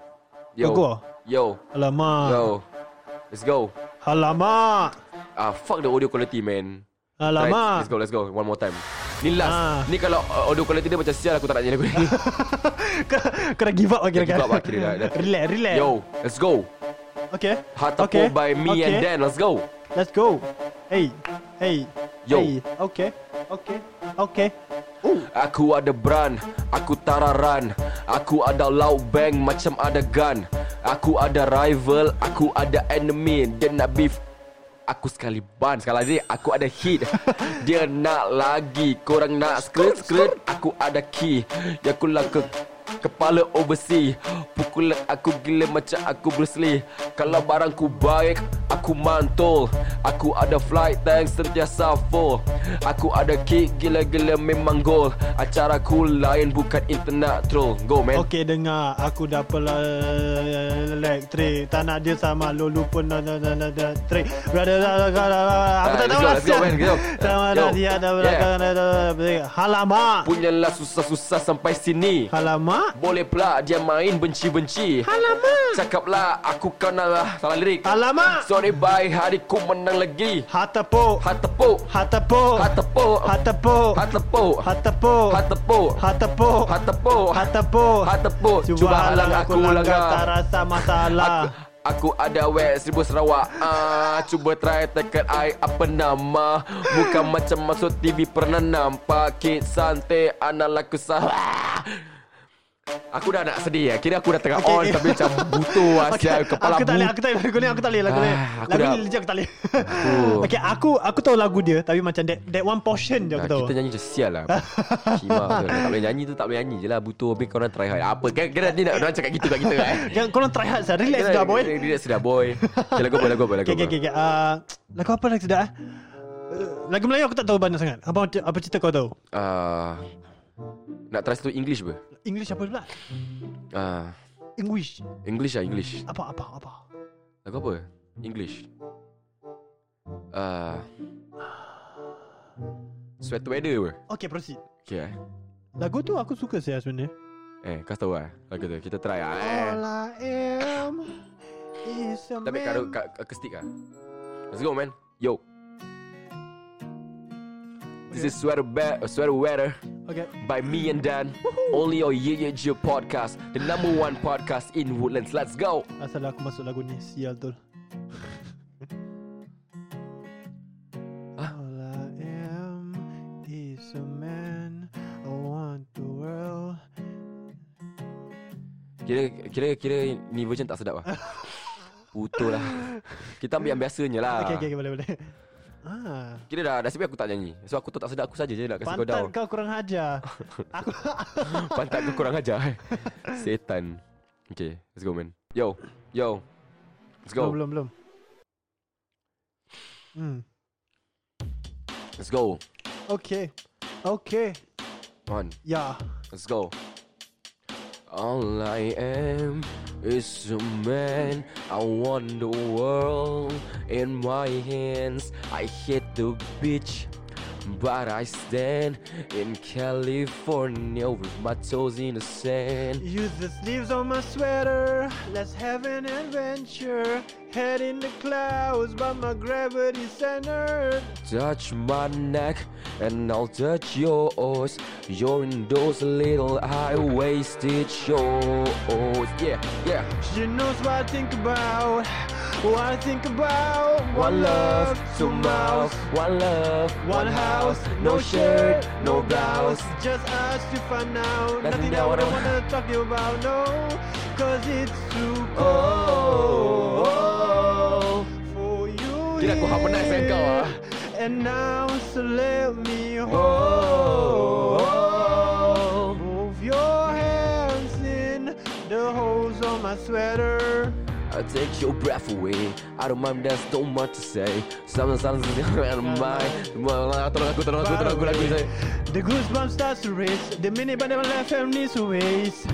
[SPEAKER 4] Kau go. Ah.
[SPEAKER 5] Yo.
[SPEAKER 4] Alamak.
[SPEAKER 5] Yo. Let's go.
[SPEAKER 4] Alamak. (laughs)
[SPEAKER 5] Ah fuck the audio quality man. Try-
[SPEAKER 4] Alamak.
[SPEAKER 5] Let's go let's go. One more time. Ni last.
[SPEAKER 4] Ah.
[SPEAKER 5] Ni kalau uh, audio quality dia macam sial aku tak nak nyanyi lagu
[SPEAKER 4] (laughs)
[SPEAKER 5] ni.
[SPEAKER 4] Kau- Kau dah give up lah kira-kira.
[SPEAKER 5] give up lah kira dah, dah.
[SPEAKER 4] (laughs) Relax, relax.
[SPEAKER 5] Yo, let's go.
[SPEAKER 4] Okay.
[SPEAKER 5] Hata
[SPEAKER 4] Okay.
[SPEAKER 5] okay. by me
[SPEAKER 4] Okay.
[SPEAKER 5] and Dan. Let's go.
[SPEAKER 4] Let's go. Hey. Hey.
[SPEAKER 5] Yo.
[SPEAKER 4] Hey. Okay. Okay. Okay.
[SPEAKER 5] Aku ada brand, aku tararan Aku ada loud bang macam ada gun Aku ada rival, aku ada enemy Dia nak beef Aku sekali ban Sekali lagi Aku ada hit Dia nak lagi Korang nak skirt skirt Aku ada key Ya aku lah ke Kepala oversea Pukulan aku gila macam aku Bruce Lee Kalau barangku baik Aku mantul Aku ada flight tank sentiasa full Aku ada kick gila-gila memang gol Acara ku lain bukan internet troll Go man
[SPEAKER 4] Okey dengar Aku dah pula Elektrik Tak nak dia sama Lulu pun na- na- na- na- na- Trik Brother la- la- la- la- la- Aku
[SPEAKER 5] Ah,
[SPEAKER 4] tak
[SPEAKER 5] let's
[SPEAKER 4] tahu
[SPEAKER 5] go,
[SPEAKER 4] lah
[SPEAKER 5] let's go, man, go.
[SPEAKER 4] Tak lah
[SPEAKER 5] Ah,
[SPEAKER 4] ada
[SPEAKER 5] yo.
[SPEAKER 4] dia ada
[SPEAKER 5] Yeah.
[SPEAKER 4] Halamak
[SPEAKER 5] Punyalah susah-susah sampai sini
[SPEAKER 4] Halamak
[SPEAKER 5] Boleh pula dia main benci-benci
[SPEAKER 4] Halamak
[SPEAKER 5] Cakaplah aku kau nak lah Salah lirik
[SPEAKER 4] Halamak
[SPEAKER 5] Sorry bye hari ku menang lagi
[SPEAKER 4] Hatepuk
[SPEAKER 5] Hat tepuk
[SPEAKER 4] Hat tepuk
[SPEAKER 5] Hat tepuk
[SPEAKER 4] Hat tepuk
[SPEAKER 5] Hat tepuk
[SPEAKER 4] Hat tepuk
[SPEAKER 5] Hat tepuk
[SPEAKER 4] Hat tepuk
[SPEAKER 5] Hat tepuk
[SPEAKER 4] Hat tepuk
[SPEAKER 5] Hat tepuk Cuba halang aku
[SPEAKER 4] Tak
[SPEAKER 5] langgar
[SPEAKER 4] rasa masalah
[SPEAKER 5] Aku Aku ada wet seribu Sarawak ah, Cuba try tekan I apa nama Bukan macam masuk TV pernah nampak Kid santai anak laku sah Ah. Aku dah nak sedih ya Kira aku dah
[SPEAKER 4] Okay,
[SPEAKER 5] tengah okay, on
[SPEAKER 4] okay.
[SPEAKER 5] okay. Tapi macam
[SPEAKER 4] (laughs)
[SPEAKER 5] butuh Asyik kepala
[SPEAKER 4] aku tak boleh,
[SPEAKER 5] bu-
[SPEAKER 4] aku tak boleh lagu ni, aku tak boleh lagu ni.
[SPEAKER 5] Ah, aku
[SPEAKER 4] Lagu ni
[SPEAKER 5] dah-
[SPEAKER 4] legit aku tak boleh.
[SPEAKER 5] Aku-
[SPEAKER 4] okay, aku aku tahu lagu dia tapi macam that, that one portion je
[SPEAKER 5] Nah,
[SPEAKER 4] aku tahu.
[SPEAKER 5] kita nyanyi je sial lah Kima Tak boleh nyanyi tu Tak boleh nyanyi je lah Butuh Habis korang try hard Apa Kan kira dia nak Orang cakap gitu kat kita kan
[SPEAKER 4] Jangan korang try hard sah. Relax dah boy.
[SPEAKER 5] Dia dia sudah boy Okay lagu apa Lagu apa Lagu
[SPEAKER 4] Okay, okay,
[SPEAKER 5] apa
[SPEAKER 4] okay. okay. Uh, lagu apa lagi sedap eh? Uh, Lagu Melayu aku tak tahu banyak sangat. Apa apa cerita kau tahu?
[SPEAKER 5] Ah, Nak try satu English ber
[SPEAKER 4] English apa pula?
[SPEAKER 5] Ah,
[SPEAKER 4] English.
[SPEAKER 5] English lah English
[SPEAKER 4] Apa apa apa?
[SPEAKER 5] Lagu apa English Ah, Sweat weather ber
[SPEAKER 4] Okay, proceed.
[SPEAKER 5] Okay eh
[SPEAKER 4] Lagu tu aku suka saya sebenarnya.
[SPEAKER 5] Eh kau tahu lah Lagu tu Kita try lah eh.
[SPEAKER 4] All I am is a
[SPEAKER 5] Tapi
[SPEAKER 4] man.
[SPEAKER 5] kau kat akustik lah Let's go man Yo This is Sweater Bear, uh, Sweater Weather
[SPEAKER 4] Okay.
[SPEAKER 5] by me and Dan. Only on Yeah Yeah Geo podcast, the number one podcast in Woodlands. Let's go.
[SPEAKER 4] Asal aku masuk lagu ni Sial tu All I am is a man I want the world
[SPEAKER 5] Kira kira kira ni version tak sedap lah.
[SPEAKER 4] (laughs)
[SPEAKER 5] Putul lah. Kita ambil yang biasanya lah.
[SPEAKER 4] Okay, okay, okay boleh, boleh Ah,
[SPEAKER 5] Kira dah nasib baik aku tak nyanyi. So aku tahu tak sedap aku saja je nak kasih kau
[SPEAKER 4] pantat
[SPEAKER 5] down.
[SPEAKER 4] kau kurang hajar Aku
[SPEAKER 5] Pantat kau kurang ajar.
[SPEAKER 4] (laughs)
[SPEAKER 5] eh. Setan. Okay, let's go man. Yo, yo. Let's
[SPEAKER 4] Belum,
[SPEAKER 5] go.
[SPEAKER 4] belum, belum Hmm,
[SPEAKER 5] Let's go.
[SPEAKER 4] okay Okay,
[SPEAKER 5] On.
[SPEAKER 4] ya yeah.
[SPEAKER 5] Let's go. All I am is a man. I want the world in my hands. I hit the beach, but I stand in California with my toes in the sand.
[SPEAKER 4] Use the sleeves on my sweater. Let's have an adventure. Head in the clouds by my gravity centered.
[SPEAKER 5] Touch my neck and I'll touch yours. You're in those little high waisted shorts. Yeah, yeah.
[SPEAKER 4] She knows what I think about. What I think about.
[SPEAKER 5] One love, two mouths, one love, one house, no shirt, no blouse.
[SPEAKER 4] Just us to find out.
[SPEAKER 5] Nothing
[SPEAKER 4] Nothing that
[SPEAKER 5] that
[SPEAKER 4] I
[SPEAKER 5] I
[SPEAKER 4] don't wanna talk to you about. No, cause it's too cold.
[SPEAKER 5] Oh,
[SPEAKER 4] For you.
[SPEAKER 5] Kira aku harmonize dengan kau, ah.
[SPEAKER 4] here. And now, so let me
[SPEAKER 5] oh, oh,
[SPEAKER 4] hold.
[SPEAKER 5] oh.
[SPEAKER 4] Move your hands in the holes on my sweater.
[SPEAKER 5] I take your breath away. I don't mind, there's so much to say. Something, something, I don't mind. Tolong aku, tolong aku, tolong aku, lagu saya.
[SPEAKER 4] The goosebumps starts to race. The minute by the left hand knees to waist.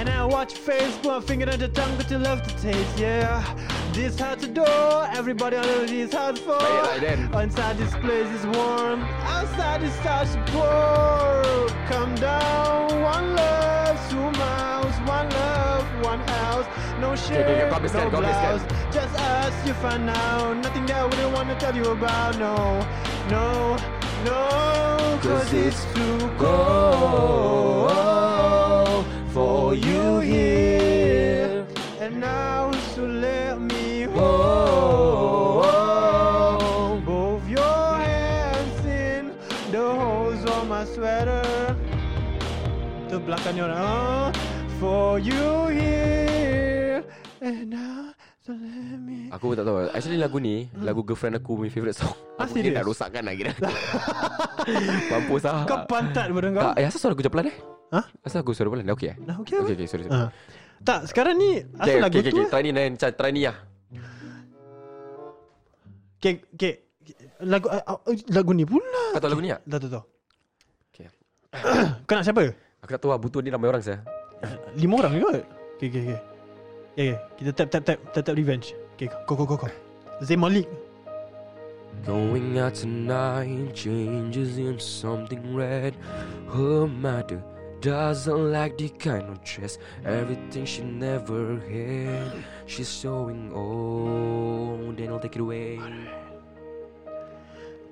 [SPEAKER 4] And I watch face, put my finger on the tongue, but you love to taste, yeah. This hard to do, everybody on earth is hard for.
[SPEAKER 5] Play it like them.
[SPEAKER 4] Inside this place is warm, outside it starts to pour. Come down, one love, two miles, one love, one house. No
[SPEAKER 5] okay,
[SPEAKER 4] shit,
[SPEAKER 5] okay, copy scan,
[SPEAKER 4] no
[SPEAKER 5] copy scan.
[SPEAKER 4] blouse. Just us, you find out nothing that I wouldn't want to tell you about. No, no, no, cause it's too cold
[SPEAKER 5] for you here.
[SPEAKER 4] And now, so let me
[SPEAKER 5] Oh,
[SPEAKER 4] hold both your hands in the holes on my sweater. The black on your arm for you here. And now, so Selemi.
[SPEAKER 5] Aku pun tak tahu Actually lagu ni Lagu girlfriend aku Punya favourite song
[SPEAKER 4] Ah,
[SPEAKER 5] Aku kira
[SPEAKER 4] serious?
[SPEAKER 5] dah rosakkan lah
[SPEAKER 4] (laughs)
[SPEAKER 5] kira Mampus lah
[SPEAKER 4] Kau pantat pada kau.
[SPEAKER 5] Tak, eh, asal suara aku jumpa pelan eh?
[SPEAKER 4] Hah?
[SPEAKER 5] Asal aku suara pelan? Dah okey eh?
[SPEAKER 4] Dah okey apa?
[SPEAKER 5] Okey, okey, sorry. sorry.
[SPEAKER 4] Ha. Tak, sekarang ni asal lagu tu.
[SPEAKER 5] okay,
[SPEAKER 4] eh?
[SPEAKER 5] okay. Try ni, Nain. Try, try ni lah.
[SPEAKER 4] Okay, okay. Lagu ah, ah, lagu ni pula.
[SPEAKER 5] Kau tahu lagu ni ah? tak?
[SPEAKER 4] Dah tahu tahu.
[SPEAKER 5] Okay.
[SPEAKER 4] (coughs) Kau nak siapa?
[SPEAKER 5] Aku tak tahu lah, butuh ni ramai orang saya.
[SPEAKER 4] Lima orang ke? Okay, okay, okay. Okay, okay. Ya, Kita tap, tap, tap. Tap, tap revenge. Okay, go, go, go, go. Zayn Malik.
[SPEAKER 5] Going out tonight changes in something red. Her mother doesn't like the kind of dress. Everything she never had. She's showing old. Then I'll take it away.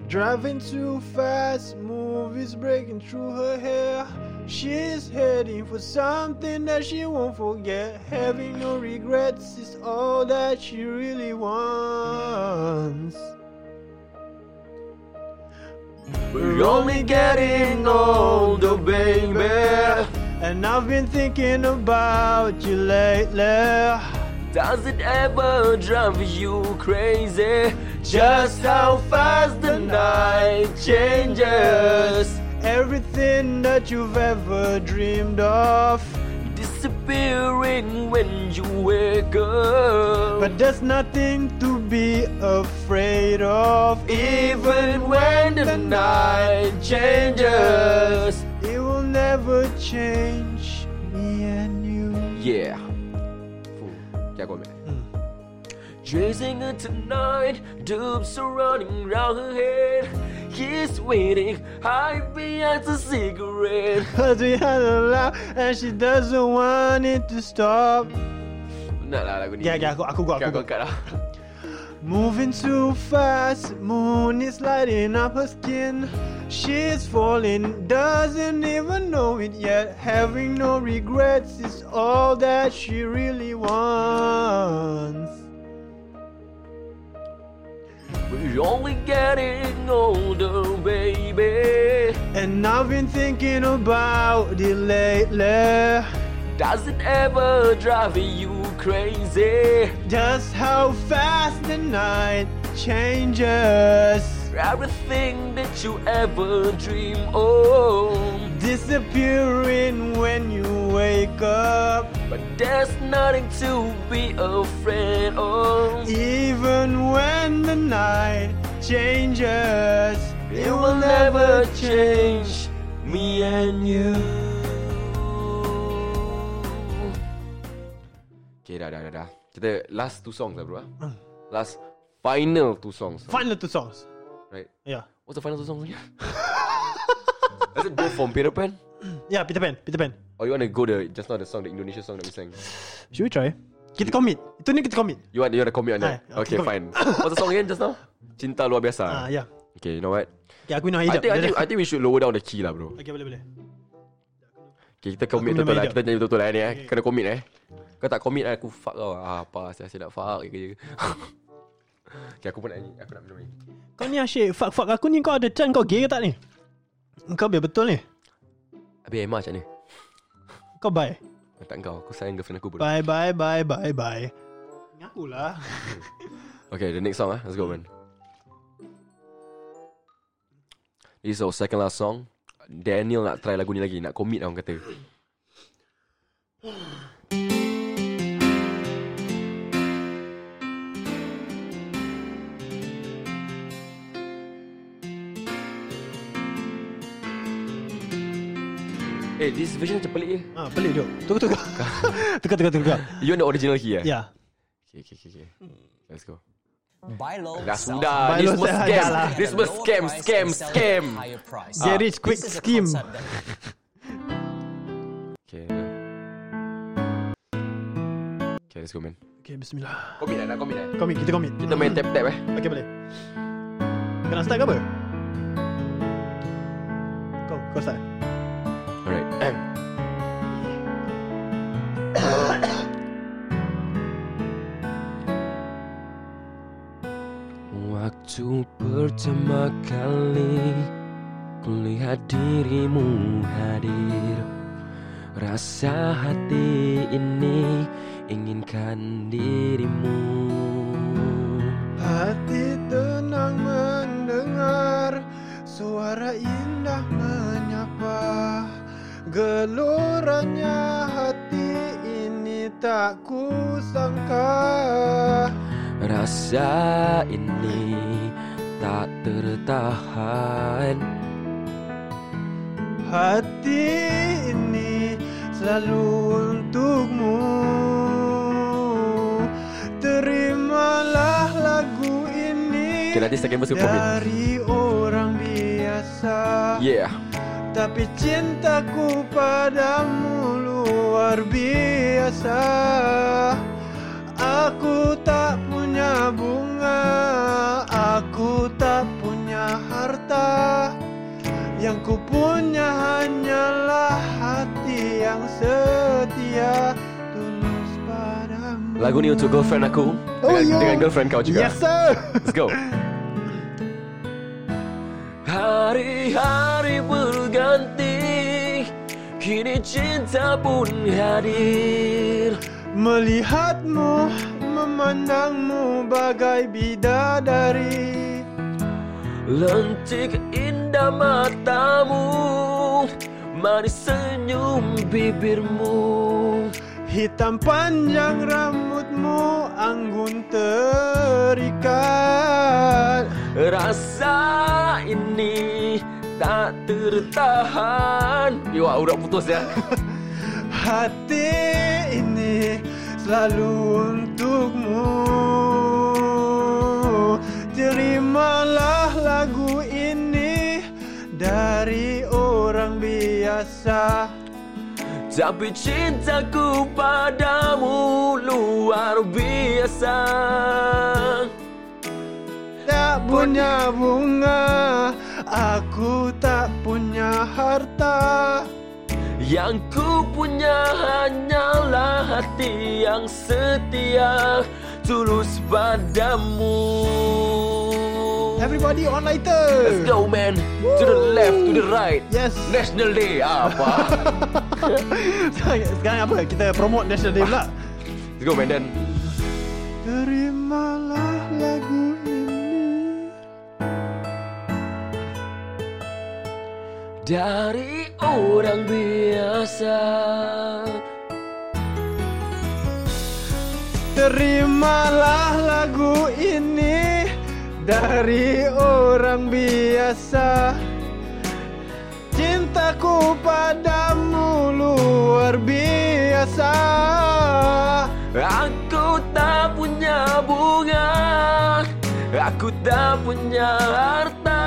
[SPEAKER 4] Driving too fast, movies breaking through her hair. She's heading for something that she won't forget. Having no regrets is all that she really wants.
[SPEAKER 5] We're only getting older, baby.
[SPEAKER 4] And I've been thinking about you lately.
[SPEAKER 5] (laughs) Does it ever drive you crazy? Just how fast the night changes,
[SPEAKER 4] Everything that you've ever dreamed of.
[SPEAKER 5] disappearing when you wake up.
[SPEAKER 4] But there's nothing to be afraid of.
[SPEAKER 5] even when the night changes,
[SPEAKER 4] It will never change me and you.
[SPEAKER 5] yeah. Fuh, okay, aku ambil. Chasing her tonight, dupes are running round her head. He's waiting, hide behind the cigarette.
[SPEAKER 4] Cause we had a laugh and she doesn't want it to stop.
[SPEAKER 5] Nak lah lagu ni.
[SPEAKER 4] Okay, okay, aku, aku, aku,
[SPEAKER 5] Kau
[SPEAKER 4] aku,
[SPEAKER 5] kau kat lah
[SPEAKER 4] (laughs) Moving too fast, moon is lighting up her skin. She's falling, doesn't even know it yet. Having no regrets is all that she really wants.
[SPEAKER 5] We're only getting older, baby
[SPEAKER 4] And I've been thinking about it lately.
[SPEAKER 5] Does it ever drive you crazy?
[SPEAKER 4] Just how fast the night changes.
[SPEAKER 5] Everything that you ever dream of
[SPEAKER 4] Disappearing when you wake up.
[SPEAKER 5] But there's nothing to be afraid of
[SPEAKER 4] Even when the night changes,
[SPEAKER 5] It will never change me and you Okay dah dah dah dah Kita last two songs lah bro ah. Last final two songs
[SPEAKER 4] Final two songs.
[SPEAKER 5] Right
[SPEAKER 4] Yeah.
[SPEAKER 5] What's the final song again? (laughs) Is it both from Peter Pan?
[SPEAKER 4] Yeah, Peter Pan, Peter Pan.
[SPEAKER 5] Or Oh, you want to go the just not the song, the Indonesia song that we sang?
[SPEAKER 4] Should we try? Kita commit. Itu ni kita commit.
[SPEAKER 5] You want you want to comment on that?
[SPEAKER 4] Ah, okay,
[SPEAKER 5] okay, fine. What's the song again just now? Cinta luar biasa.
[SPEAKER 4] Ah, yeah.
[SPEAKER 5] Okay, you know what?
[SPEAKER 4] Okay, aku nak
[SPEAKER 5] I
[SPEAKER 4] hijab.
[SPEAKER 5] think, I think I think we should lower down the key lah, bro.
[SPEAKER 4] Okay, boleh, boleh.
[SPEAKER 5] Okay, kita commit
[SPEAKER 4] Aku minum
[SPEAKER 5] betul lah.
[SPEAKER 4] air
[SPEAKER 5] Kita nyanyi betul lah ni eh. Kena commit eh. Kau tak commit aku fuck kau. Ah, apa saya nak fuck je kerja. (laughs) okay, aku pun nak nyanyi. Aku nak minum ni.
[SPEAKER 4] Kau ni asyik fuck-fuck aku ni kau ada chance kau gay ke tak ni? Kau biar betul ni.
[SPEAKER 5] Habis Emma macam ni.
[SPEAKER 4] Kau bye.
[SPEAKER 5] Tak kau. Aku sayang girlfriend aku pun.
[SPEAKER 4] Bye bye bye bye bye. lah. Ngakulah.
[SPEAKER 5] Okay, the next song, eh? let's go, man. This is our second last song. Daniel nak try lagu ni lagi, nak commit lah orang kata. Eh, this version macam pelik je.
[SPEAKER 4] Ah, pelik jom. Tukar
[SPEAKER 5] (laughs)
[SPEAKER 4] tukar. tukar tukar tukar.
[SPEAKER 5] You want the original key eh?
[SPEAKER 4] Ya.
[SPEAKER 5] Okay, okay, okay. okay. Let's go.
[SPEAKER 1] Buy low,
[SPEAKER 5] Dah
[SPEAKER 1] sell
[SPEAKER 5] sudah,
[SPEAKER 4] Buy
[SPEAKER 5] ni
[SPEAKER 4] low,
[SPEAKER 5] semua
[SPEAKER 4] sell high.
[SPEAKER 5] scam.
[SPEAKER 4] Dah lah.
[SPEAKER 1] high.
[SPEAKER 5] Ni semua
[SPEAKER 1] Lower
[SPEAKER 5] scam,
[SPEAKER 1] price
[SPEAKER 5] scam,
[SPEAKER 1] and sell it
[SPEAKER 5] scam.
[SPEAKER 1] at higher price.
[SPEAKER 4] Get rich quick
[SPEAKER 1] This is a
[SPEAKER 4] scheme.
[SPEAKER 1] concept that
[SPEAKER 5] Okay. Okay, let's go man.
[SPEAKER 4] Okay, bismillah.
[SPEAKER 5] Commit lah, nak commit lah.
[SPEAKER 4] Commit, kita commit.
[SPEAKER 5] Kita main tap-tap eh.
[SPEAKER 4] Okay, boleh. Kau nak start ke apa? Kau, kau start.
[SPEAKER 5] Alright. Waktu pertama kali kulihat dirimu hadir Rasa hati ini inginkan dirimu
[SPEAKER 4] Hati tenang mendengar Suara indah menyapa Geloranya hati ini tak kusangka
[SPEAKER 5] Rasa ini tak tertahan
[SPEAKER 4] Hati ini selalu untukmu Terimalah lagu ini
[SPEAKER 5] Okay, nanti second verse kau komen.
[SPEAKER 4] Dari orang biasa
[SPEAKER 5] Yeah
[SPEAKER 4] Tapi cintaku padamu luar biasa Aku tak punya bunga Aku tak punya harta Yang ku punya hanyalah hati yang setia Tulus padamu
[SPEAKER 5] Lagu ni untuk girlfriend aku
[SPEAKER 4] Oh,
[SPEAKER 5] dengan,
[SPEAKER 4] yo.
[SPEAKER 5] dengan girlfriend kau juga
[SPEAKER 4] Yes sir (laughs)
[SPEAKER 5] Let's go Hari-hari berganti Kini cinta pun hadir
[SPEAKER 4] Melihatmu, memandangmu bagai bidadari
[SPEAKER 5] Lentik indah matamu Manis senyum bibirmu
[SPEAKER 4] Hitam panjang rambutmu anggun terikat
[SPEAKER 5] Rasa ini tak tertahan Yo, udah putus ya
[SPEAKER 4] Hati ini selalu untukmu Terimalah lagu ini dari orang biasa
[SPEAKER 5] Tapi cintaku padamu luar biasa
[SPEAKER 4] tak punya bunga Aku tak punya harta
[SPEAKER 5] Yang ku punya hanyalah hati yang setia Tulus padamu
[SPEAKER 4] Everybody on lighter
[SPEAKER 5] Let's go man To the left, to the right
[SPEAKER 4] Yes (laughs)
[SPEAKER 5] National Day Ah, apa
[SPEAKER 4] Sekarang apa? Kita promote National Day pula
[SPEAKER 5] Let's go man then
[SPEAKER 4] Terimalah lagu ini
[SPEAKER 5] Dari orang biasa
[SPEAKER 4] Terimalah lagu ini dari orang biasa Cintaku padamu luar biasa
[SPEAKER 5] Aku tak punya bunga Aku tak punya harta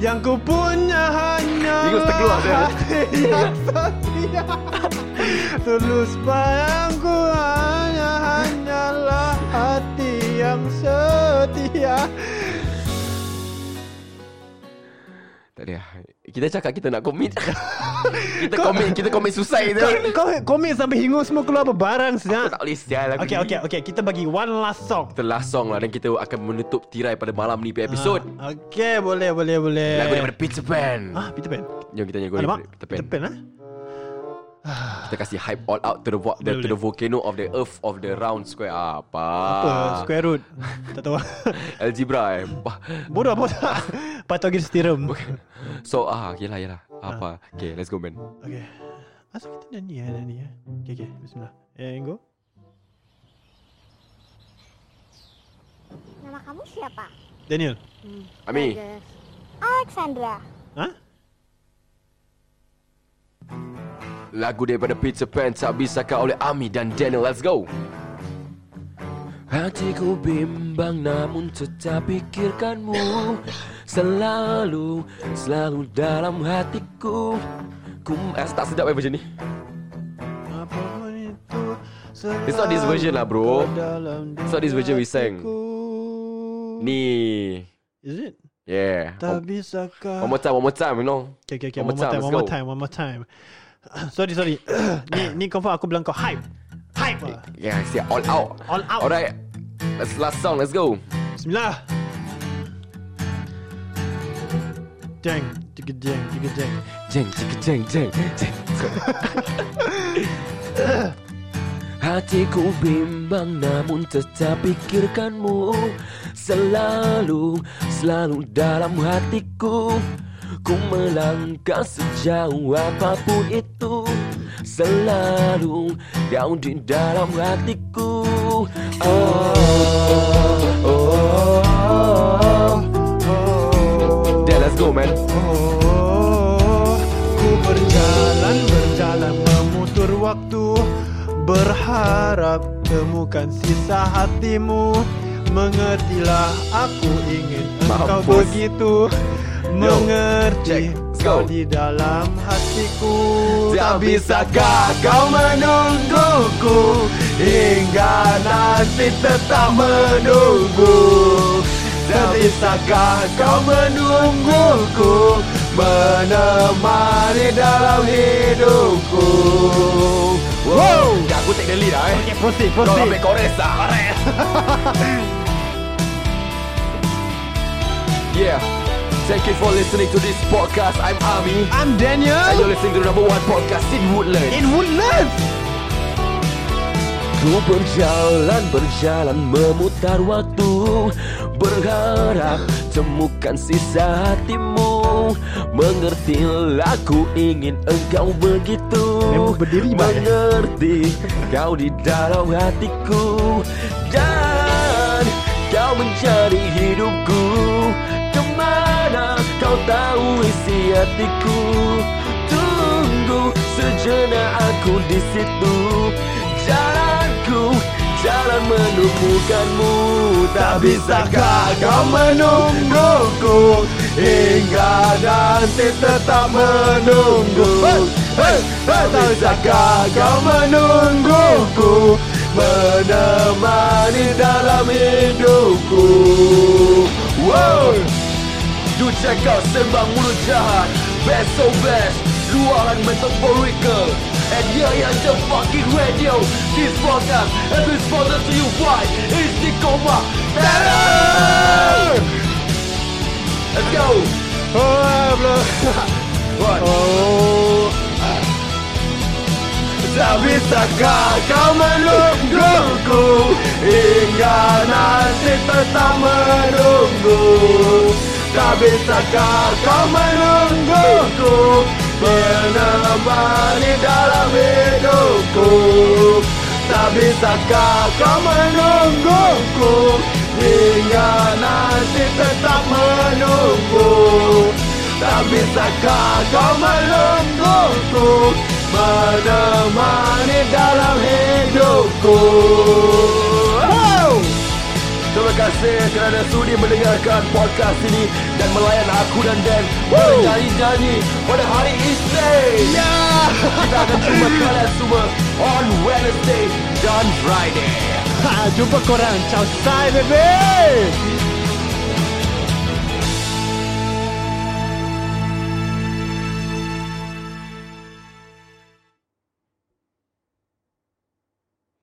[SPEAKER 4] Yang ku punya
[SPEAKER 5] Ini kau terkeluar,
[SPEAKER 4] hanyalah
[SPEAKER 5] saya.
[SPEAKER 4] hati yang
[SPEAKER 5] (laughs)
[SPEAKER 4] setia Tulus bayangku hanya hanyalah hati yang setia
[SPEAKER 5] Tak ada Kita cakap kita nak (laughs) commit Kita commit Kita commit suicide tu
[SPEAKER 4] Kau komen sampai hingus semua keluar apa barang siap
[SPEAKER 5] Tak boleh sial aku
[SPEAKER 4] Okay,
[SPEAKER 5] ni.
[SPEAKER 4] okay, okay. Kita bagi one last song.
[SPEAKER 5] Kita last song lah Dan kita akan menutup tirai pada malam ni punya episod
[SPEAKER 4] Ah, okay, boleh, boleh, boleh.
[SPEAKER 5] Lagu daripada Peter Pan
[SPEAKER 4] Ah, Peter Pan.
[SPEAKER 5] Jom kita nyanyi lagu
[SPEAKER 4] Alamak,
[SPEAKER 5] daripada
[SPEAKER 4] Peter Pan. Peter Pan ah.
[SPEAKER 5] Kita kasih hype all out To the, vo- the, to the volcano of the earth Of the round square Ah, Apa
[SPEAKER 4] Apa? Square root. tak tahu. (laughs)
[SPEAKER 5] Algebra eh Bah.
[SPEAKER 4] Bodoh apa tak? Pythagoras theorem. Okay.
[SPEAKER 5] So ah Yelah yelah Apa Okay let's go man
[SPEAKER 4] okay. Asal kita nyanyi ya, nyanyi ya. Okay, okay. Bismillah. Eh, And go.
[SPEAKER 6] Nama kamu siapa?
[SPEAKER 4] Daniel.
[SPEAKER 5] Ami
[SPEAKER 6] Bagus. Alexandra.
[SPEAKER 4] Hah?
[SPEAKER 5] Lagu daripada Peter Pan tak bisakah oleh Ami dan Daniel Let's go Hatiku bimbang namun tetap pikirkanmu Selalu, selalu dalam hatiku Ku eh, tak sedap eh macam ni
[SPEAKER 4] Apa itu?
[SPEAKER 5] It's not this version lah, bro.
[SPEAKER 4] selalu dalam
[SPEAKER 5] It's not this version we sang.
[SPEAKER 4] hatiku.
[SPEAKER 5] Ni
[SPEAKER 4] Is it?
[SPEAKER 5] Yeah
[SPEAKER 4] Tak
[SPEAKER 5] One
[SPEAKER 4] bisakah?
[SPEAKER 5] one more time, one more time you know
[SPEAKER 4] Okay, okay, okay. One,
[SPEAKER 5] One
[SPEAKER 4] more
[SPEAKER 5] more time,
[SPEAKER 4] time,
[SPEAKER 5] let's
[SPEAKER 4] one more
[SPEAKER 5] go.
[SPEAKER 4] time, one more time. (coughs) sorry, sorry. (coughs) ni, ni confirm aku bilang kau hype. Hype lah.
[SPEAKER 5] Yeah, I say all out
[SPEAKER 4] All out.
[SPEAKER 5] Alright Let's last song, let's go
[SPEAKER 4] Bismillah. Jeng, tiga jeng, tiga jeng.
[SPEAKER 5] Jeng, jeng, jeng, jeng, jeng. Hatiku bimbang namun tetap pikirkanmu Selalu, selalu dalam hatiku Ku melangkah sejauh apapun itu Selalu kau di dalam hatiku Oh, oh, oh, oh. Yeah, let's go man
[SPEAKER 4] Oh, ku berjalan berjalan memutar waktu berharap temukan sisa hatimu mengertilah aku ingin engkau
[SPEAKER 5] Mampus.
[SPEAKER 4] begitu mengerti
[SPEAKER 5] Jack, let's
[SPEAKER 4] kau
[SPEAKER 5] go.
[SPEAKER 4] di dalam hatiku
[SPEAKER 5] Tak
[SPEAKER 4] tak
[SPEAKER 5] bisakah
[SPEAKER 4] bisakah kau menungguku hingga nasib tetap menunggu tak bisakah kau menungguku menemani dalam hidupku wow
[SPEAKER 5] Dah, aku take the lead lah eh
[SPEAKER 4] posting
[SPEAKER 5] Kau ambil kores lah (laughs) Yeah Thank you for listening to this podcast I'm Ami
[SPEAKER 4] I'm
[SPEAKER 5] And
[SPEAKER 4] Daniel
[SPEAKER 5] you're listening to the number one podcast in Woodland
[SPEAKER 4] in Woodlands
[SPEAKER 5] Ku berjalan, berjalan memutar waktu Berharap temukan sisa hatimu Mengertilah ku ingin engkau begitu
[SPEAKER 4] Memang berdiri, Mak. ya?
[SPEAKER 5] Mengerti kau di dalam hatiku Dan kau menjadi hidupku Kemana kau tahu isi hatiku Tunggu sejenak aku di situ Jalanku jalan menemukanmu Tak bisakah kau menungguku Hingga nanti tetap menunggu Tak bisakah kau menungguku Menemani dalam hidupku Wow You check out Sembang Mulut Jahat Best so best Luaran metaphorical And yeah yeah the fucking radio This podcast has been sponsored to you by Isti Koma Terror Let's go
[SPEAKER 4] oh I'm lo-
[SPEAKER 5] What?
[SPEAKER 4] oh
[SPEAKER 5] Tak bisakah kau menungguku Hingga nanti tetap menunggu Tak bisakah kau menungguku Menemani dalam hidupku Tak bisakah kau menungguku Hingga nanti tetap menunggu Tak bisakah kau menungguku Menemani dalam hidupku wow! Terima kasih kerana sudi mendengarkan podcast ini Dan melayan aku dan Dan Bernyanyi-nyanyi pada hari Isnin yeah! (laughs) Kita akan jumpa kalian semua On Wednesday dan Friday
[SPEAKER 4] (laughs) ha, jumpa korang ciao bye baby